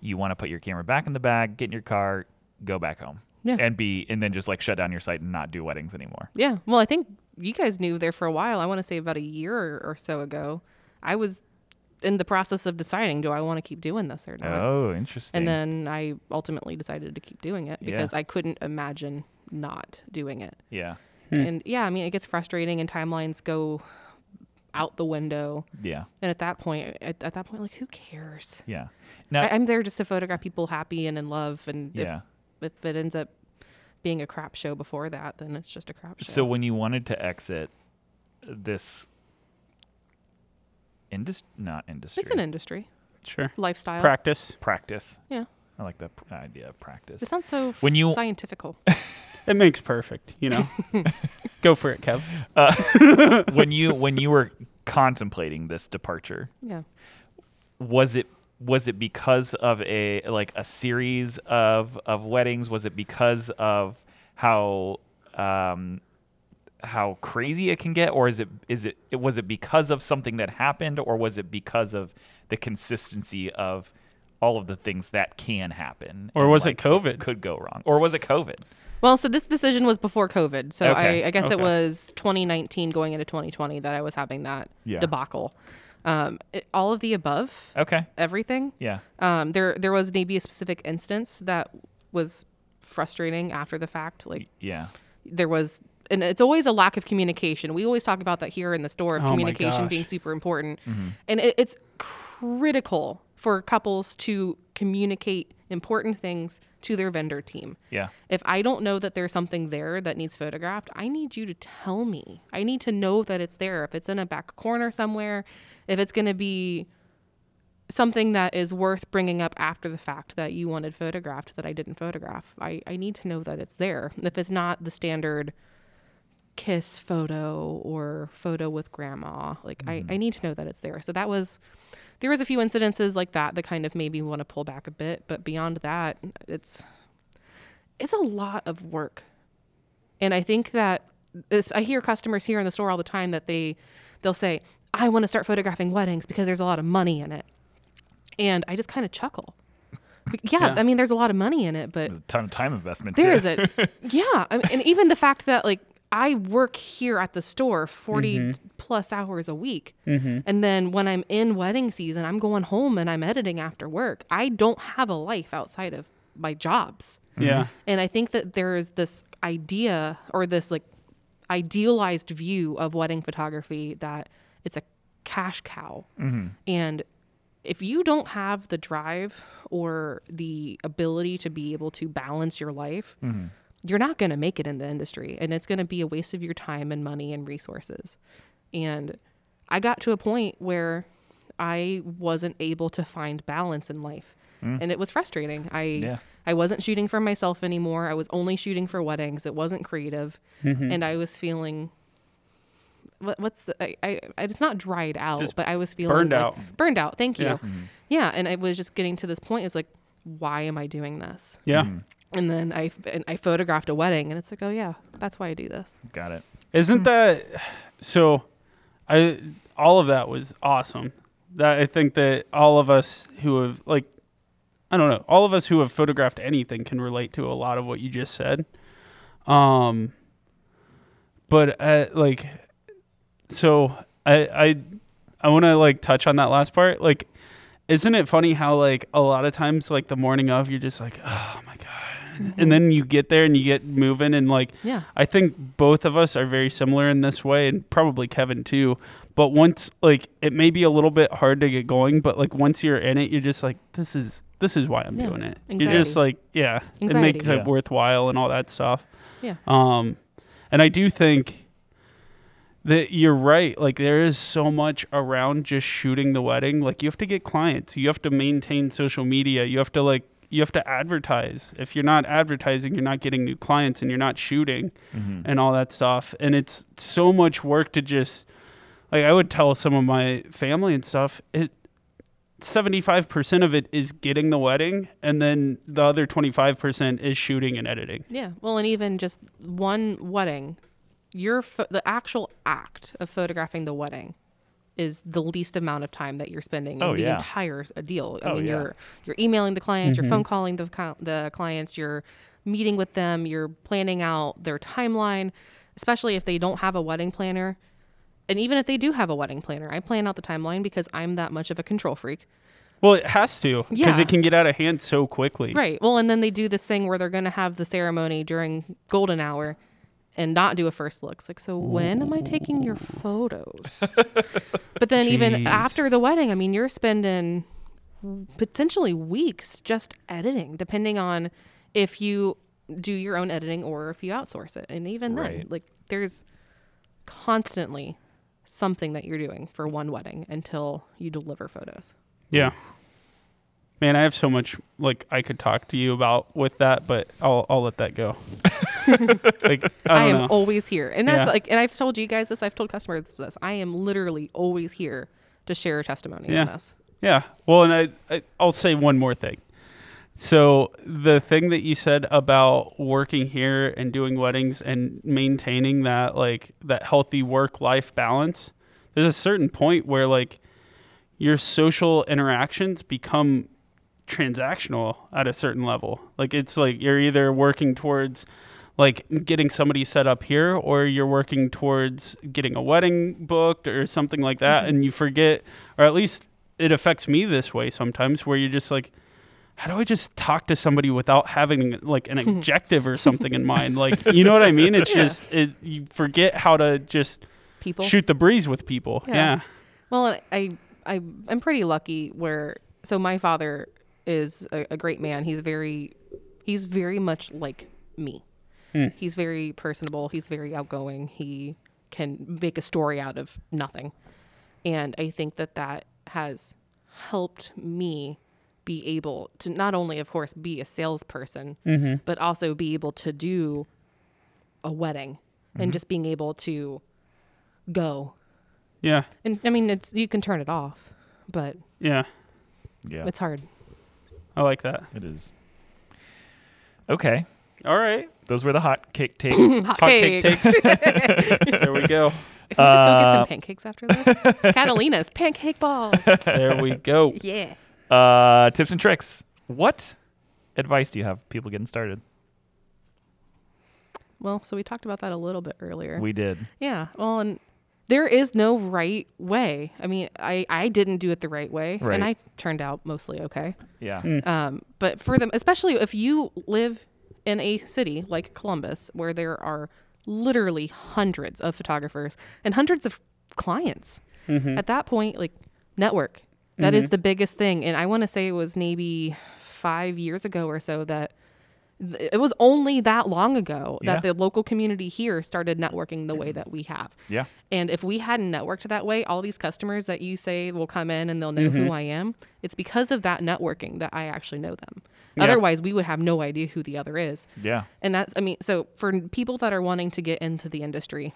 you want to put your camera back in the bag, get in your car, go back home,
Yeah.
and be, and then just like shut down your site and not do weddings anymore.
Yeah. Well, I think you guys knew there for a while. I want to say about a year or, or so ago, I was in the process of deciding do I want to keep doing this or not.
Oh, interesting.
and then I ultimately decided to keep doing it
Yeah.
because I couldn't imagine not doing it.
yeah,
And yeah, I mean, it gets frustrating and timelines go out the window.
yeah,
And at that point, at, at that point, like, who cares?
yeah. Now,
I, I'm there just to photograph people happy and in love. And
Yeah.
if, if it ends up being a crap show before that, then it's just a crap show.
So when you wanted to exit this indus not industry,
it's an industry,
Sure.
lifestyle.
Practice.
practice.
Yeah.
I like that pr- idea of practice.
It sounds so
When you-
scientifical.
It makes perfect, you know. Go for it, Kev.
when you when you were contemplating this departure,
yeah.
was it was it because of a like a series of of weddings? Was it because of how um how crazy it can get, or is it is it it- was it because of something that happened, or was it because of the consistency of all of the things that can happen,
Or
and,
was
like,
it COVID?
Could go wrong, or was it COVID?
Well, so this decision was before COVID. So
Okay,
I, I guess it
okay.
was 2019 going into 2020 that I was having that
Yeah.
debacle. Um, it- all of the above,
Okay,
everything.
yeah,
Um, there, there was maybe a specific instance that was frustrating after the fact. Like
yeah,
there was and it's always a lack of communication we always talk about that here in the store of
Oh my
communication
gosh.
being super important
Mm-hmm.
and it, it's critical for couples to communicate important things to their vendor team
yeah,
if i don't know that there's something there that needs photographed i need you to tell me i need to know that it's there if it's in a back corner somewhere if it's going to be something that is worth bringing up after the fact that you wanted photographed that I didn't photograph. I, I need to know that it's there. If it's not the standard kiss photo or photo with grandma, like I, I need to know that it's there. So that was, there was a few incidences like that that kind of made me want to pull back a bit. But beyond that, it's, it's a lot of work. And I think that this, I hear customers here in the store all the time that they, they'll say, I want to start photographing weddings because there's a lot of money in it and I just kind of chuckle. But Yeah,
Yeah.
I mean, there's a lot of money in it, but
There's a ton of time investment.
there
too.
is a yeah, I mean, and even the fact that like I work here at the store 40 plus hours a week, and then when I'm in wedding season, I'm going home and I'm editing after work. I don't have a life outside of my jobs.
Yeah.
And I think that there is this idea or this like idealized view of wedding photography that it's a cash cow. And if you don't have the drive or the ability to be able to balance your life, you're not going to make it in the industry. And it's going to be a waste of your time and money and resources. And I got to a point where I wasn't able to find balance in life. And it was frustrating. I
Yeah.
I I wasn't shooting for myself anymore. I was only shooting for weddings. It wasn't creative, Mm-hmm.
Mm-hmm. Mm.
and I was feeling. What, what's the, I, I? It's not dried out,
Just
but I was feeling
burned
like-
out.
Burned out. Thank you.
Yeah.
Yeah.
Mm-hmm.
and I was just getting to this point. It's like, why am I doing this?
Yeah.
Mm-hmm.
And then I and I photographed a wedding, and it's like, oh yeah, that's why I do this.
Got it.
Isn't that so? I all of that was awesome. That I think that all of us who have like, I don't know, all of us who have photographed anything can relate to a lot of what you just said. Um, but uh, like, so I I I want to like touch on that last part. Like, isn't it funny how like a lot of times like the morning of you're just like, oh my god, and then you get there and you get moving and like
Yeah.
I think both of us are very similar in this way, and probably Kevin too. But once, like, it may be a little bit hard to get going, but like once you're in it, you're just like, this is this is why I'm
Yeah.
doing it. You're just
Anxiety.
like, yeah, it
Anxiety.
makes
Yeah.
it worthwhile and all that stuff.
Yeah.
Um, and I do think that you're right. Like, there is so much around just shooting the wedding. Like, you have to get clients. You have to maintain social media. You have to like. You have to advertise. If you're not advertising, you're not getting new clients and you're not shooting
hmm
and all that stuff. And it's so much work to just like I would tell some of my family and stuff. It seventy five percent of it is getting the wedding, and then the other twenty five percent is shooting and editing.
Yeah. Well, and even just one wedding, your pho- the actual act of photographing the wedding is the least amount of time that you're spending
Oh,
in the
yeah.
entire uh, deal. I
Oh,
mean,
yeah. Mm-hmm.
you're you're emailing the clients, you're phone calling the cli- the clients, you're meeting with them, you're planning out their timeline, especially if they don't have a wedding planner. And even if they do have a wedding planner, I plan out the timeline because I'm that much of a control freak.
Well, it has to because
Yeah.
it can get out of hand so quickly.
Right. Well, and then they do this thing where they're going to have the ceremony during golden hour and not do a first look. It's like, so when am I taking your photos? but then
Jeez.
even after the wedding, I mean, you're spending potentially weeks just editing, depending on if you do your own editing or if you outsource it. And even then,
Right.
like, there's constantly something that you're doing for one wedding until you deliver photos.
Yeah. Man, I have so much like I could talk to you about with that, but I'll I'll let that go. like
I,
I don't
am
know.
always here. And that's
Yeah.
like, and I've told you guys this, I've told customers this. I am literally always here to share testimony
Yeah.
on this.
Yeah. Well, and I, I I'll say one more thing. So the thing that you said about working here and doing weddings and maintaining that like that healthy work life balance, there's a certain point where like your social interactions become transactional at a certain level. Like it's like you're either working towards like getting somebody set up here or you're working towards getting a wedding booked or something like that and you forget or at least it affects me this way sometimes where you're just like how do I just talk to somebody without having like an objective or something in mind? Like, you know what I mean? It's
Yeah.
just it, you forget how to just
People.
shoot the breeze with people.
Yeah.
yeah.
Well, I, I, I'm pretty lucky where, so my father is a, a great man. He's very, he's very much like me.
Hmm.
He's very personable. He's very outgoing. He can make a story out of nothing. And I think that that has helped me be able to not only, of course, be a salesperson,
Mm-hmm.
but also be able to do a wedding
Mm-hmm.
and just being able to go
Yeah.
and I mean, it's you can turn it off, but
Yeah.
Yeah,
it's hard.
I like that.
it is. Okay,
All right.
those were the hot cake takes.
Hot
Hot cake
cakes.
there we go.
Can we just go get
Uh,
some pancakes after this? Catalina's pancake balls.
There we go.
yeah.
uh, tips and tricks. What advice do you have people getting started?
Well, so we talked about that a little bit earlier.
We did.
yeah. Well, and there is no right way. I mean, I I didn't do it the right way,
Right.
and I turned out mostly okay.
Yeah.
Um, but for them, especially if you live in a city like Columbus, where there are literally hundreds of photographers and hundreds of clients,
Mm-hmm.
at that point, like network, that is the biggest thing. And I want to say it was maybe five years ago or so that th- it was only that long ago that
Yeah.
the local community here started networking the way that we have.
Yeah.
And if we hadn't networked that way, all these customers that you say will come in and they'll know who I am, it's because of that networking that I actually know them.
Yeah.
Otherwise, we would have no idea who the other is.
Yeah.
And that's, I mean, so for people that are wanting to get into the industry,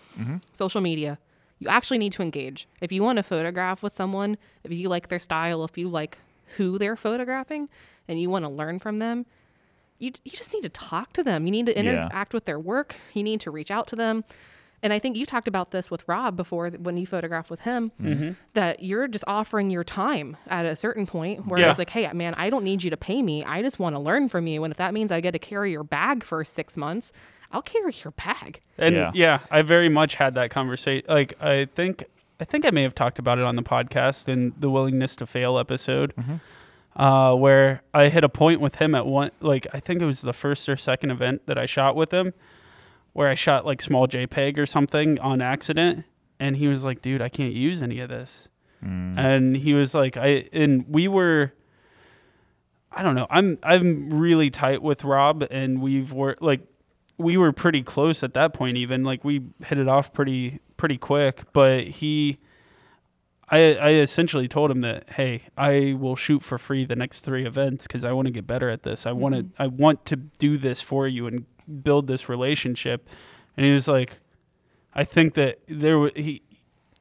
social media, you actually need to engage. If you want to photograph with someone, if you like their style, if you like who they're photographing, and you want to learn from them, you, you just need to talk to them. You need to interact with their work. You need to reach out to them. And I think you talked about this with Rob before th- when you photographed with him,
Mm-hmm.
that you're just offering your time at a certain point where
Yeah.
it's like, hey, man, I don't need you to pay me. I just want to learn from you. And if that means I get to carry your bag for six months, I'll carry your bag.
And
Yeah.
yeah. I very much had that conversation. Like I think I think I may have talked about it on the podcast in the willingness to fail episode. Uh, where I hit a point with him at one like I think it was the first or second event that I shot with him where I shot like small JPEG or something on accident and he was like, "Dude, I can't use any of this." And he was like, "I and we were I don't know. I'm I'm really tight with Rob, and we've worked like we were pretty close at that point. Even like we hit it off pretty pretty quick. But he, I I essentially told him that hey, I will shoot for free the next three events because I want to get better at this. I want to I want to do this for you and build this relationship. And he was like, I think that there was he.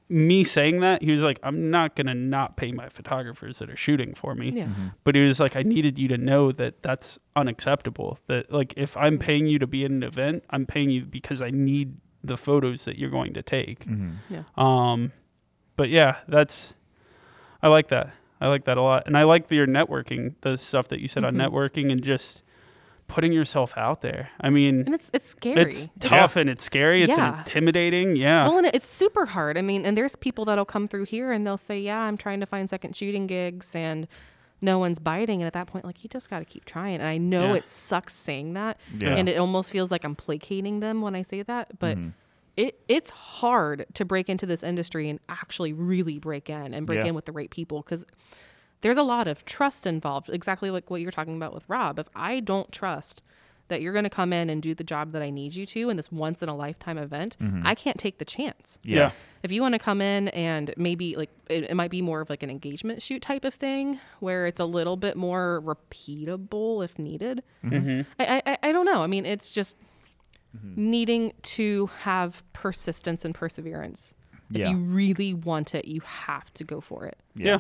Me saying that, he was like, I'm not going to not pay my photographers that are shooting for me
Yeah.
Mm-hmm.
but it was like i needed you to know that that's unacceptable that like if i'm paying you to be in an event i'm paying you because i need the photos that you're going to take
Mm-hmm.
um but yeah that's i like that i like that a lot and i like your networking the stuff that you said
Mhm.
on networking and just putting yourself out there i mean
And it's it's scary.
it's tough and it's scary it's
Yeah.
intimidating yeah
Well, and it's super hard. I mean, and there's people that'll come through here and they'll say, "Yeah, I'm trying to find second shooting gigs," and no one's biting. And at that point, like you just got to keep trying. And I know
Yeah.
it sucks saying that,
Yeah. Mm-hmm.
and it almost feels like I'm placating them when I say that, but. It, it's hard to break into this industry and actually really break in and break
Yeah.
in with the right people because there's a lot of trust involved, exactly like what you're talking about with Rob. If I don't trust that you're going to come in and do the job that I need you to in this once in a lifetime event,
Mm-hmm.
I can't take the chance.
Yeah.
If you want to come in and maybe like it, it might be more of like an engagement shoot type of thing where it's a little bit more repeatable if needed. I, I I don't know. I mean, it's just needing to have persistence and perseverance. If
Yeah.
you really want it, you have to go for it.
yeah.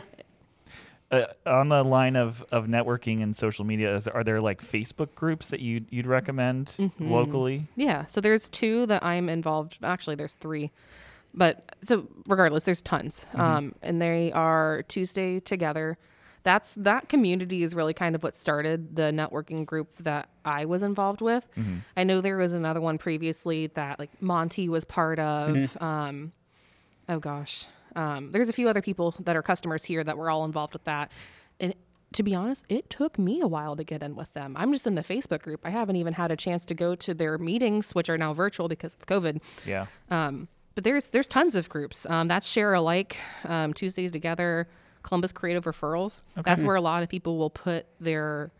Uh, on the line of, of networking and social media, is, are there like Facebook groups that you you'd recommend
Mm-hmm.
locally?
Yeah. So there's two that I'm involved. Actually, there's three, but so regardless, there's tons. Um, and they are Tuesday together. That's that community is really kind of what started the networking group that I was involved with. I know there was another one previously that like Monty was part of. Um, oh gosh, um, there's a few other people that are customers here that were all involved with that. And to be honest, it took me a while to get in with them. I'm just in the Facebook group. I haven't even had a chance to go to their meetings, which are now virtual because of COVID.
Yeah.
Um, but there's there's tons of groups. Um, that's share alike, um, Tuesdays together, Columbus Creative Referrals. That's where a lot of people will put their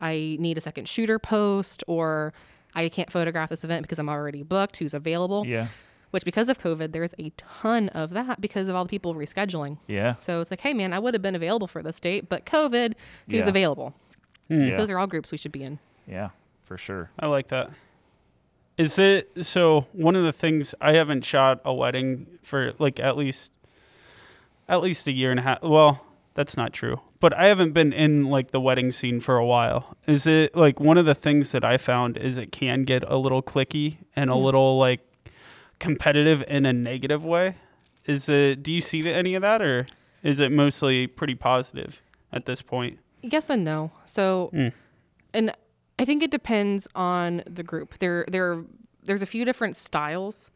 I need a second shooter post or I can't photograph this event because I'm already booked. Who's available?
Yeah.
Which because of COVID, there's a ton of that because of all the people rescheduling.
Yeah.
So it's like, hey man, I would have been available for this date, but COVID, who's
Yeah.
available?
Yeah.
Those are all groups we should be in.
yeah. For sure.
I like that. Is it so? One of the things I haven't shot a wedding for like at least at least a year and a half. Well, that's not true, but I haven't been in like the wedding scene for a while. Is it like one of the things that I found is it can get a little clicky and a little like competitive in a negative way? Is it? Do you see any of that, or is it mostly pretty positive at this point?
Yes and no. So, and I think it depends on the group. There, there, there's a few different styles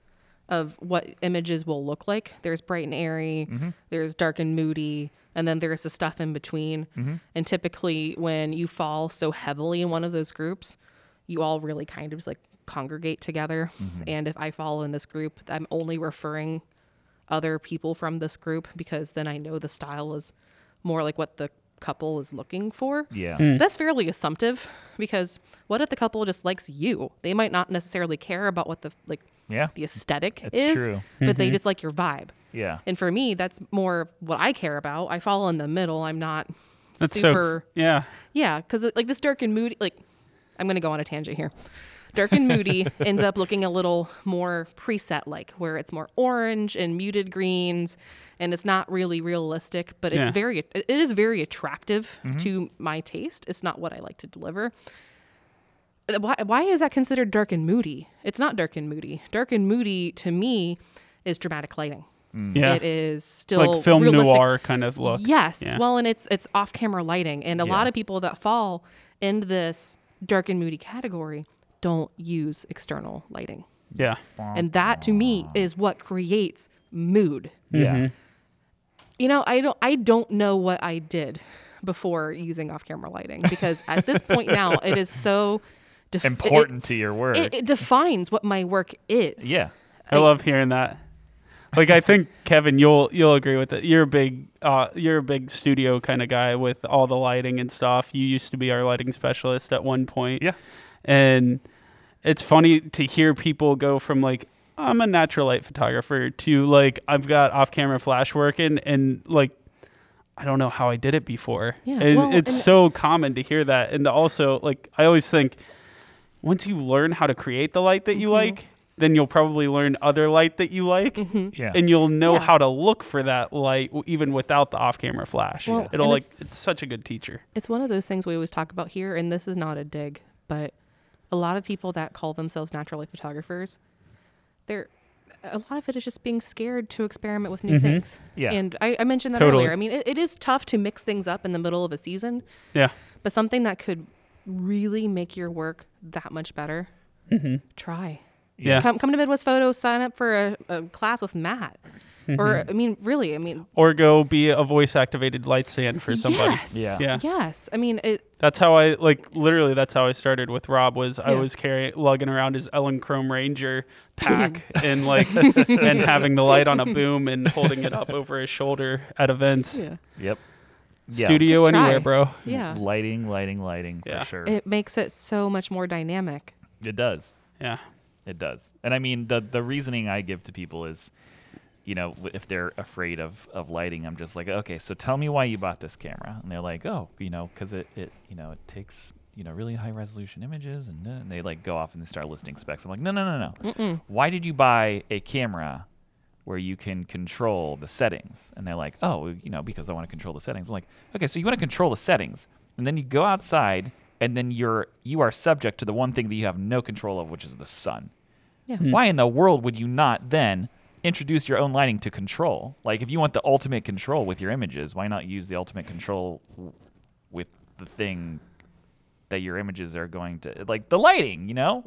of what images will look like. There's bright and airy. There's dark and moody. And then there's the stuff in between. And typically, when you fall so heavily in one of those groups, you all really kind of just like congregate together. And if I fall in this group, I'm only referring other people from this group because then I know the style is more like what the couple is looking for.
Yeah.
That's fairly assumptive because what if the couple just likes you? They might not necessarily care about what the like
Yeah.
the aesthetic
That's
is,
true.
but they just like your vibe.
Yeah.
And for me, that's more what I care about. I fall in the middle. I'm not
That's
super
so yeah.
yeah, because like this dark and moody, like I'm gonna go on a tangent here. Dark and moody ends up looking a little more preset like, where it's more orange and muted greens, and it's not really realistic, but it's
Yeah. Mm-hmm.
very it it is very attractive to my taste. It's not what I like to deliver. Uh, Why why is that considered dark and moody? It's not dark and moody. Dark and moody to me is dramatic lighting.
Yeah.
It is still
like film
realistic.
noir kind of look.
Yes.
Yeah.
Well, and it's it's off camera lighting, and a lot of people that fall in this dark and moody category don't use external lighting,
Yeah.
and that to me is what creates mood.
Yeah.
You know, I don't I don't know what I did before using off camera lighting because at this point now it is so def- it-
Important to your work.
It, it, defines what my work is.
yeah.
I, love hearing that. Like I think Kevin, you'll you'll agree with it. You're a big uh, you're a big studio kind of guy with all the lighting and stuff. You used to be our lighting specialist at one point.
Yeah.
and it's funny to hear people go from like I'm a natural light photographer to like I've got off camera flash work and and like I don't know how I did it before.
Yeah,
and
well,
it's
and-
so common to hear that, and also like I always think once you learn how to create the light that you
Mm-hmm.
like, then you'll probably learn other light that you like,
Yeah.
and you'll know
Yeah.
how to look for that light w- even without the off camera flash.
Well,
It'll
and
like it's,
it's-
such a good teacher.
It's one of those things we always talk about here, and this is not a dig, but a lot of people that call themselves natural light photographers, they're a lot of it is just being scared to experiment with new things.
Yeah.
And I, I mentioned that
Mm-hmm. Totally.
earlier. I mean, it, it is tough to mix things up in the middle of a season,
Yeah.
but something that could really make your work that much better,
Mm-hmm.
try.
Yeah.
Come, come to Midwest Photo, sign up for a, a class with Matt. Or,
Mm-hmm.
I mean, really, I mean,
Or go be a voice activated light stand for somebody.
yes.
Yeah.
Yeah.
Yes. I mean, it,
That's how I like literally that's how I started with Rob was I
Yeah.
was carrying lugging around his Ellen Chrome Ranger pack and like and having the light on a boom and holding it up over his shoulder at events.
yeah.
Yep. Yeah.
Studio
Just try.
anywhere, bro.
Yeah.
Lighting, lighting, lighting
Yeah.
for sure. It,
it makes it so much more dynamic.
does.
Yeah.
It does. And I mean the the reasoning I give to people is you know, w- if they're afraid of, of lighting, I'm just like, okay, so tell me why you bought this camera. And they're like, oh, you know, because it, it, you know, it takes, you know, really high resolution images. And, then- and they like go off and they start listing specs. I'm like, no, no, no, no. Why did you buy a camera where you can control the settings? And they're like, oh, you know, because I want to control the settings. I'm like, okay, so you want to control the settings. And then you go outside and then you're, you are subject to the one thing that you have no control of, which is the sun
Yeah.
Hmm.
why in the world would you not then introduce your own lighting to control? Like, if you want the ultimate control with your images, why not use the ultimate control w- with the thing that your images are going to, like the lighting, you know?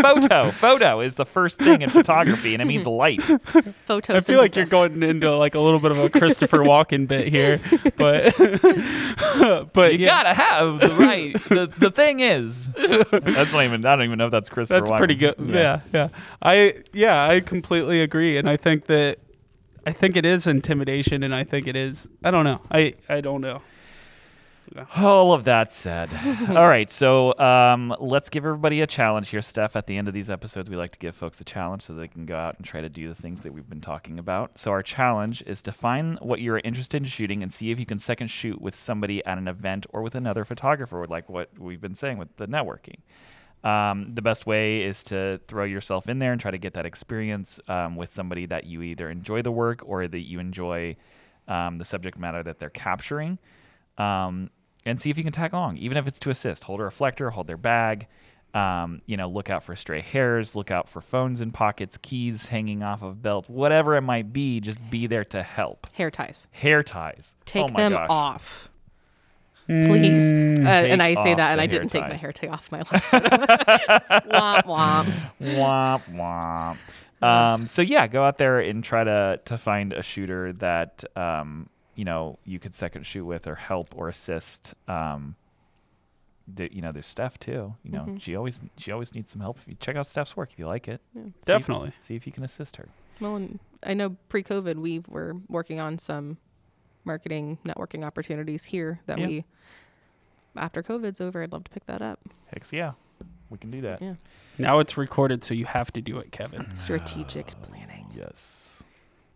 photo. Photo is the first thing in photography, and it means light.
Photosynthesis.
I feel like you're going into like a little bit of a Christopher Walken bit here, but but
You
yeah,
gotta have the right. The, the thing is, that's not even. I don't even know if that's Christopher.
that's pretty good.
Walken.
Yeah. yeah, I yeah, I completely agree, and I think that I think it is intimidation, and I think it is. I don't know. I I don't know.
All of that said. All right, so um, let's give everybody a challenge here, Steph. At the end of these episodes, we like to give folks a challenge so they can go out and try to do the things that we've been talking about. So, our challenge is to find what you're interested in shooting and see if you can second shoot with somebody at an event or with another photographer, like what we've been saying with the networking. Um, the best way is to throw yourself in there and try to get that experience um, with somebody that you either enjoy the work or that you enjoy um, the subject matter that they're capturing um, and see if you can tag along, even if it's to assist. Hold a reflector, hold their bag. Um, you know, look out for stray hairs, look out for phones in pockets, keys hanging off of belt, whatever it might be. Just be there to help.
hair ties.
Hair ties.
Take
oh my
them
gosh.
off. Please. uh, and I say
Mm, off
that, and
the hair
I didn't take my
ties.
hair tie off my life. womp womp.
womp womp. Um, so yeah, go out there and try to to find a shooter that um, you know you could second shoot with or help or assist. Um, the, you know, there's Steph too. You know,
Mm-hmm.
she always she always needs some help. If you check out Steph's work, if you like it, See if-
Definitely.
see if you can assist her.
Well, and I know pre-COVID we were working on some marketing networking opportunities here that
Yeah.
we after COVID's over, I'd love to pick that up.
Ah.
Hex yeah. We can do that.
Yeah.
Now it's recorded, so you have to do it, Kevin.
Strategic planning.
Yes.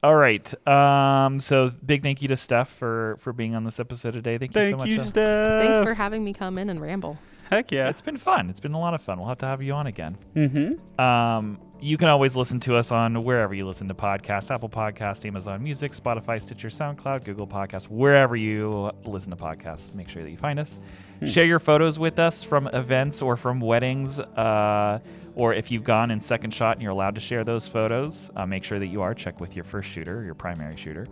All right. Um, so big thank you to Steph for for being on this episode today. Thank, you so
Thank
much.
you,
Steph.
Steph.
Thanks for having me come in and ramble.
Heck yeah.
It's been fun. It's been a lot of fun. We'll have to have you on again.
Mm-hmm.
Um, you can always listen to us on wherever you listen to podcasts Apple Podcasts, Amazon Music, Spotify, Stitcher, SoundCloud, Google Podcasts, wherever you listen to podcasts. Make sure that you find us. Share your photos with us from events or from weddings. Uh, or if you've gone in second shot and you're allowed to share those photos, uh, make sure that you are. Check with your first shooter, your primary shooter.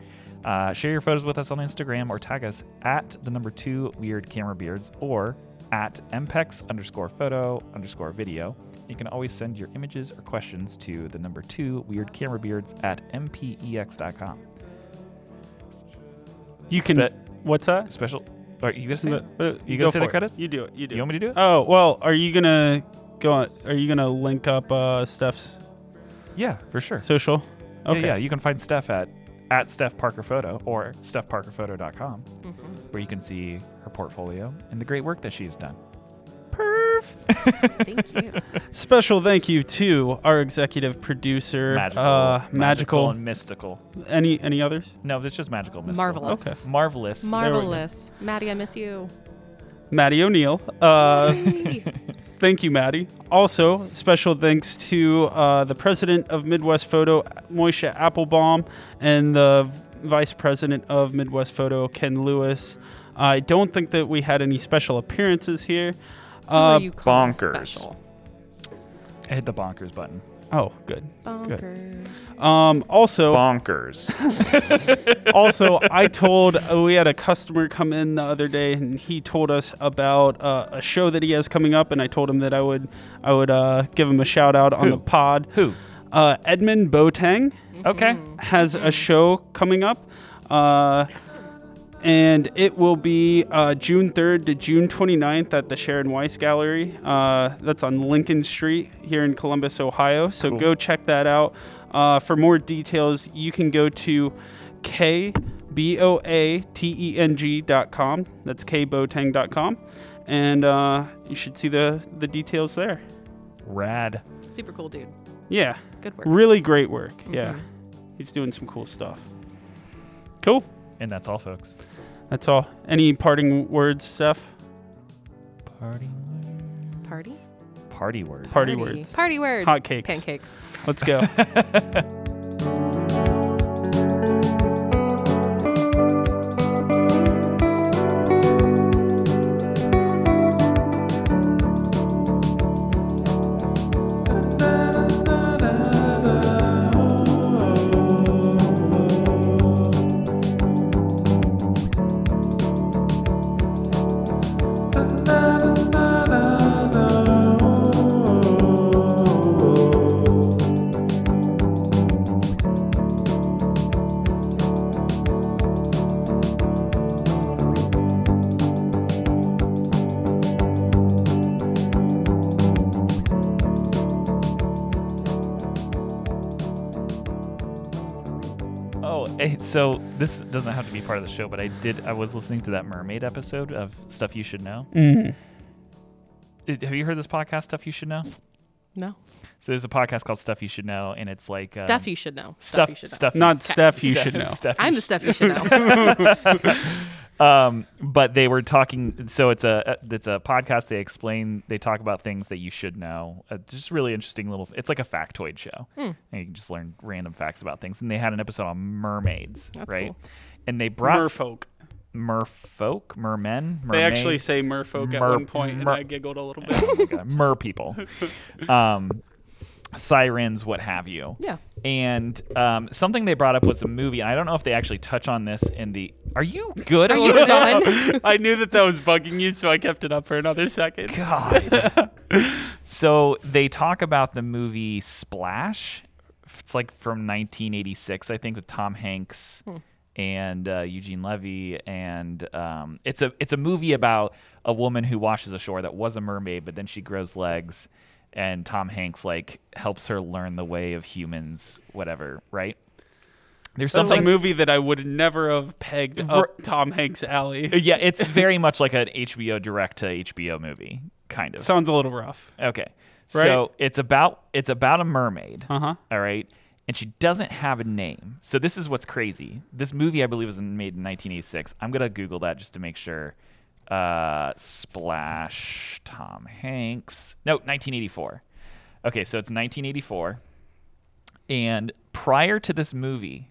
Uh, share your photos with us on Instagram or tag us at the number two weird camera beards or at mpex underscore photo underscore video. You can always send your images or questions to the number two weird camera beards at E mpex.com.
You can.
Spe-
what's that?
Special. Are you gonna say? it?
Uh, uh,
You
go
gonna say
for
the
it.
credits?
You do it. You do.
You
it.
want me to do it?
Oh well, are you gonna go? On, are you gonna link up uh, Steph's
yeah, for sure.
social?
Yeah, Yeah, you can find Steph at at Steph Parker Photo or stephparkerphoto.com, where you can see her portfolio and the great work that she's done.
Perf.
Thank you.
Special thank you to our executive producer,
Magical,
uh, magical.
and mystical.
Any any others?
No, it's just magical, mystical.
Marvelous.
Okay.
marvelous.
Marvelous. Maddie, I miss you.
Maddie O'Neill. Uh,
Yay.
Thank you, Maddie. Also, special thanks to uh, the president of Midwest Photo, Moisha Applebaum, and the vice president of Midwest Photo, Ken Lewis. I don't think that we had any special appearances here.
Who are
Uh,
you calling
bonkers.
special?
I hit the bonkers button.
oh, good.
Bonkers.
Um, also,
Bonkers.
also, I told uh, we had a customer come in the other day, and he told us about uh, a show that he has coming up, and I told him that I would I would uh, give him a shout out on
Who?
the pod.
Who?
Uh, Edmund Botang
Okay.
Mm-hmm.
has a show coming up. Uh, and it will be uh, June 3rd to June 29th at the Sharon Weiss Gallery. Uh, that's on Lincoln Street here in Columbus, Ohio. So
Cool.
go check that out. Uh, for more details, you can go to E kboateng.com. That's E kbotang.com. And uh, you should see the, the details there.
Rad.
Super cool dude.
Yeah.
Good work. Mm-hmm.
Really great work. Yeah. He's doing some cool stuff. Cool.
And that's all, folks.
That's all. Any parting words, Steph?
Party.
Party?
Party words.
Party words.
Party words.
Hot cakes.
Pancakes.
Let's go.
Oh, eh, so this doesn't have to be part of the show, but I did. I was listening to that mermaid episode of Stuff You Should Know.
Mm-hmm.
It- have you heard this podcast, Stuff You Should Know?
No.
So there's a podcast called Stuff You Should Know, and it's like um,
stuff you should know.
Stuff,
you should know.
stuff
Not Steph, you
Stuff-
should know.
Stuff You
I'm the stuff you should know.
um, but they were talking. So it's a uh, it's a podcast. They explain. They talk about things that you should know. Uh, just really interesting little. It's like a factoid show.
Hmm.
And you can just learn random facts about things. And they had an episode on mermaids,
That's
right?
cool.
And they brought
Merfolk.
merfolk, mermen.
They actually
mermaids,
say merfolk at
mer-
one point, and
mer-
I giggled a little bit.
oh my God, mer people, um, sirens, what have you.
yeah.
And um, something they brought up was a movie, and I don't know if they actually touch on this in the. Are you good?
Are
at
you
what-
done?
I knew that that was bugging you, so I kept it up for another second.
God. so they talk about the movie Splash. It's like from 1986, I think, with Tom Hanks and uh, Eugene Levy, and um, it's a it's a movie about a woman who washes ashore that was a mermaid, but then she grows legs, and Tom Hanks like helps her learn the way of humans, whatever, right? There's
That's a
something.
movie that I would never have pegged up Tom Hanks' alley.
Yeah, it's very much like an HBO direct to HBO movie, kind of.
Sounds a little rough.
Okay.
Right?
So it's about it's about a mermaid.
Uh huh.
all right. And she doesn't have a name. So this is what's crazy. This movie I believe was made in 1986. I'm going to google that just to make sure. Uh splash Tom Hanks. No, 1984. Okay, so it's 1984. And prior to this movie,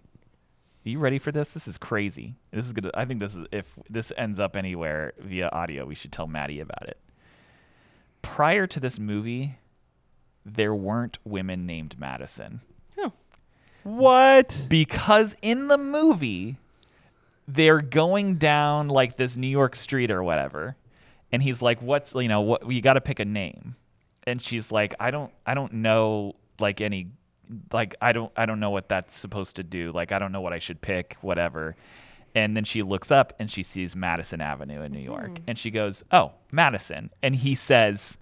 are you ready for this? This is crazy. This is gonna. I think this is if this ends up anywhere via audio, we should tell Maddie about it. Prior to this movie, there weren't women named Madison
Oh.
What?
because in the movie, they're going down like this New York street or whatever, and he's like, "What's you know what you got to pick a name," and she's like, "I don't I don't know like any like I don't I don't know what that's supposed to do like I don't know what I should pick whatever." And then she looks up and she sees Madison Avenue in New York, and she goes, "Oh, Madison," and he says.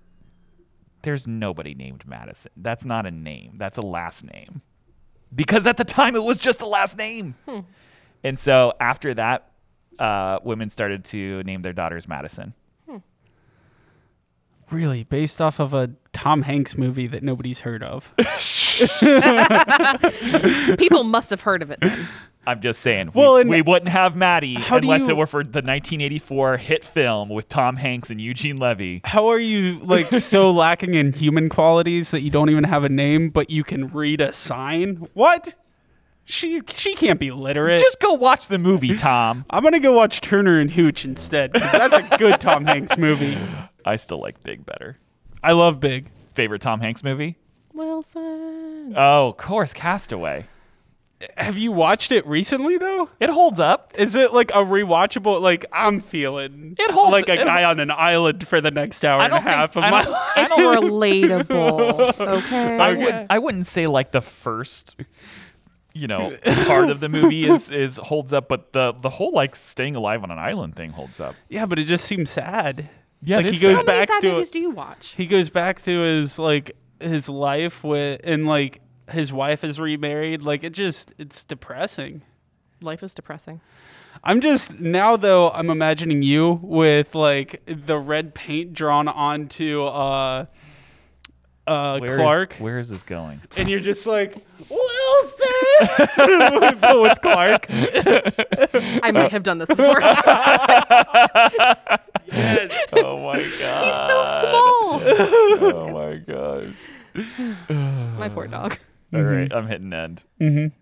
There's nobody named Madison. That's not a name. That's a last name because at the time it was just a last name.
Hmm.
And so after that, uh, women started to name their daughters Madison.
Really? Based off of a Tom Hanks movie that nobody's heard of.
People must have heard of it then.
I'm just saying.
Well,
we,
and-
we wouldn't have Maddie
How do
unless
you-
it were for the 1984 hit film with Tom Hanks and Eugene Levy.
How are you like so lacking in human qualities that you don't even have a name, but you can read a sign? What? She she can't be literate.
Just go watch the movie, Tom.
I'm gonna go watch Turner and Hooch instead because that's a good Tom Hanks movie.
I still like Big better.
I love Big.
Favorite Tom Hanks movie?
Wilson.
Oh, of course, Castaway.
Have you watched it recently though?
It holds up.
Is it like a rewatchable? Like I'm feeling
It holds-
like a
it-
guy on an island for the next hour
I
and a
don't think-
half of
I
my
don't-
life.
It's relatable. Okay.
I would I wouldn't say like the first you know part of the movie is is holds up but the the whole like staying alive on an island thing holds up.
Yeah, but it just seems sad.
Yeah,
like
it
he
is
goes
sad.
How many
back
sad
to
movies do you watch?
he goes back to his like his life with and like his wife is remarried like it just it's depressing
Life is depressing.
i'm just now though i'm imagining you with like the red paint drawn onto uh uh
Where is-
clark
where is this going?
and you're just like wilson but with clark
I might have done this before. He's
yes
Oh my god.
so
Uh,
small.
Oh my gosh.
My poor dog.
All right, I'm hitting end.
mm-hmm.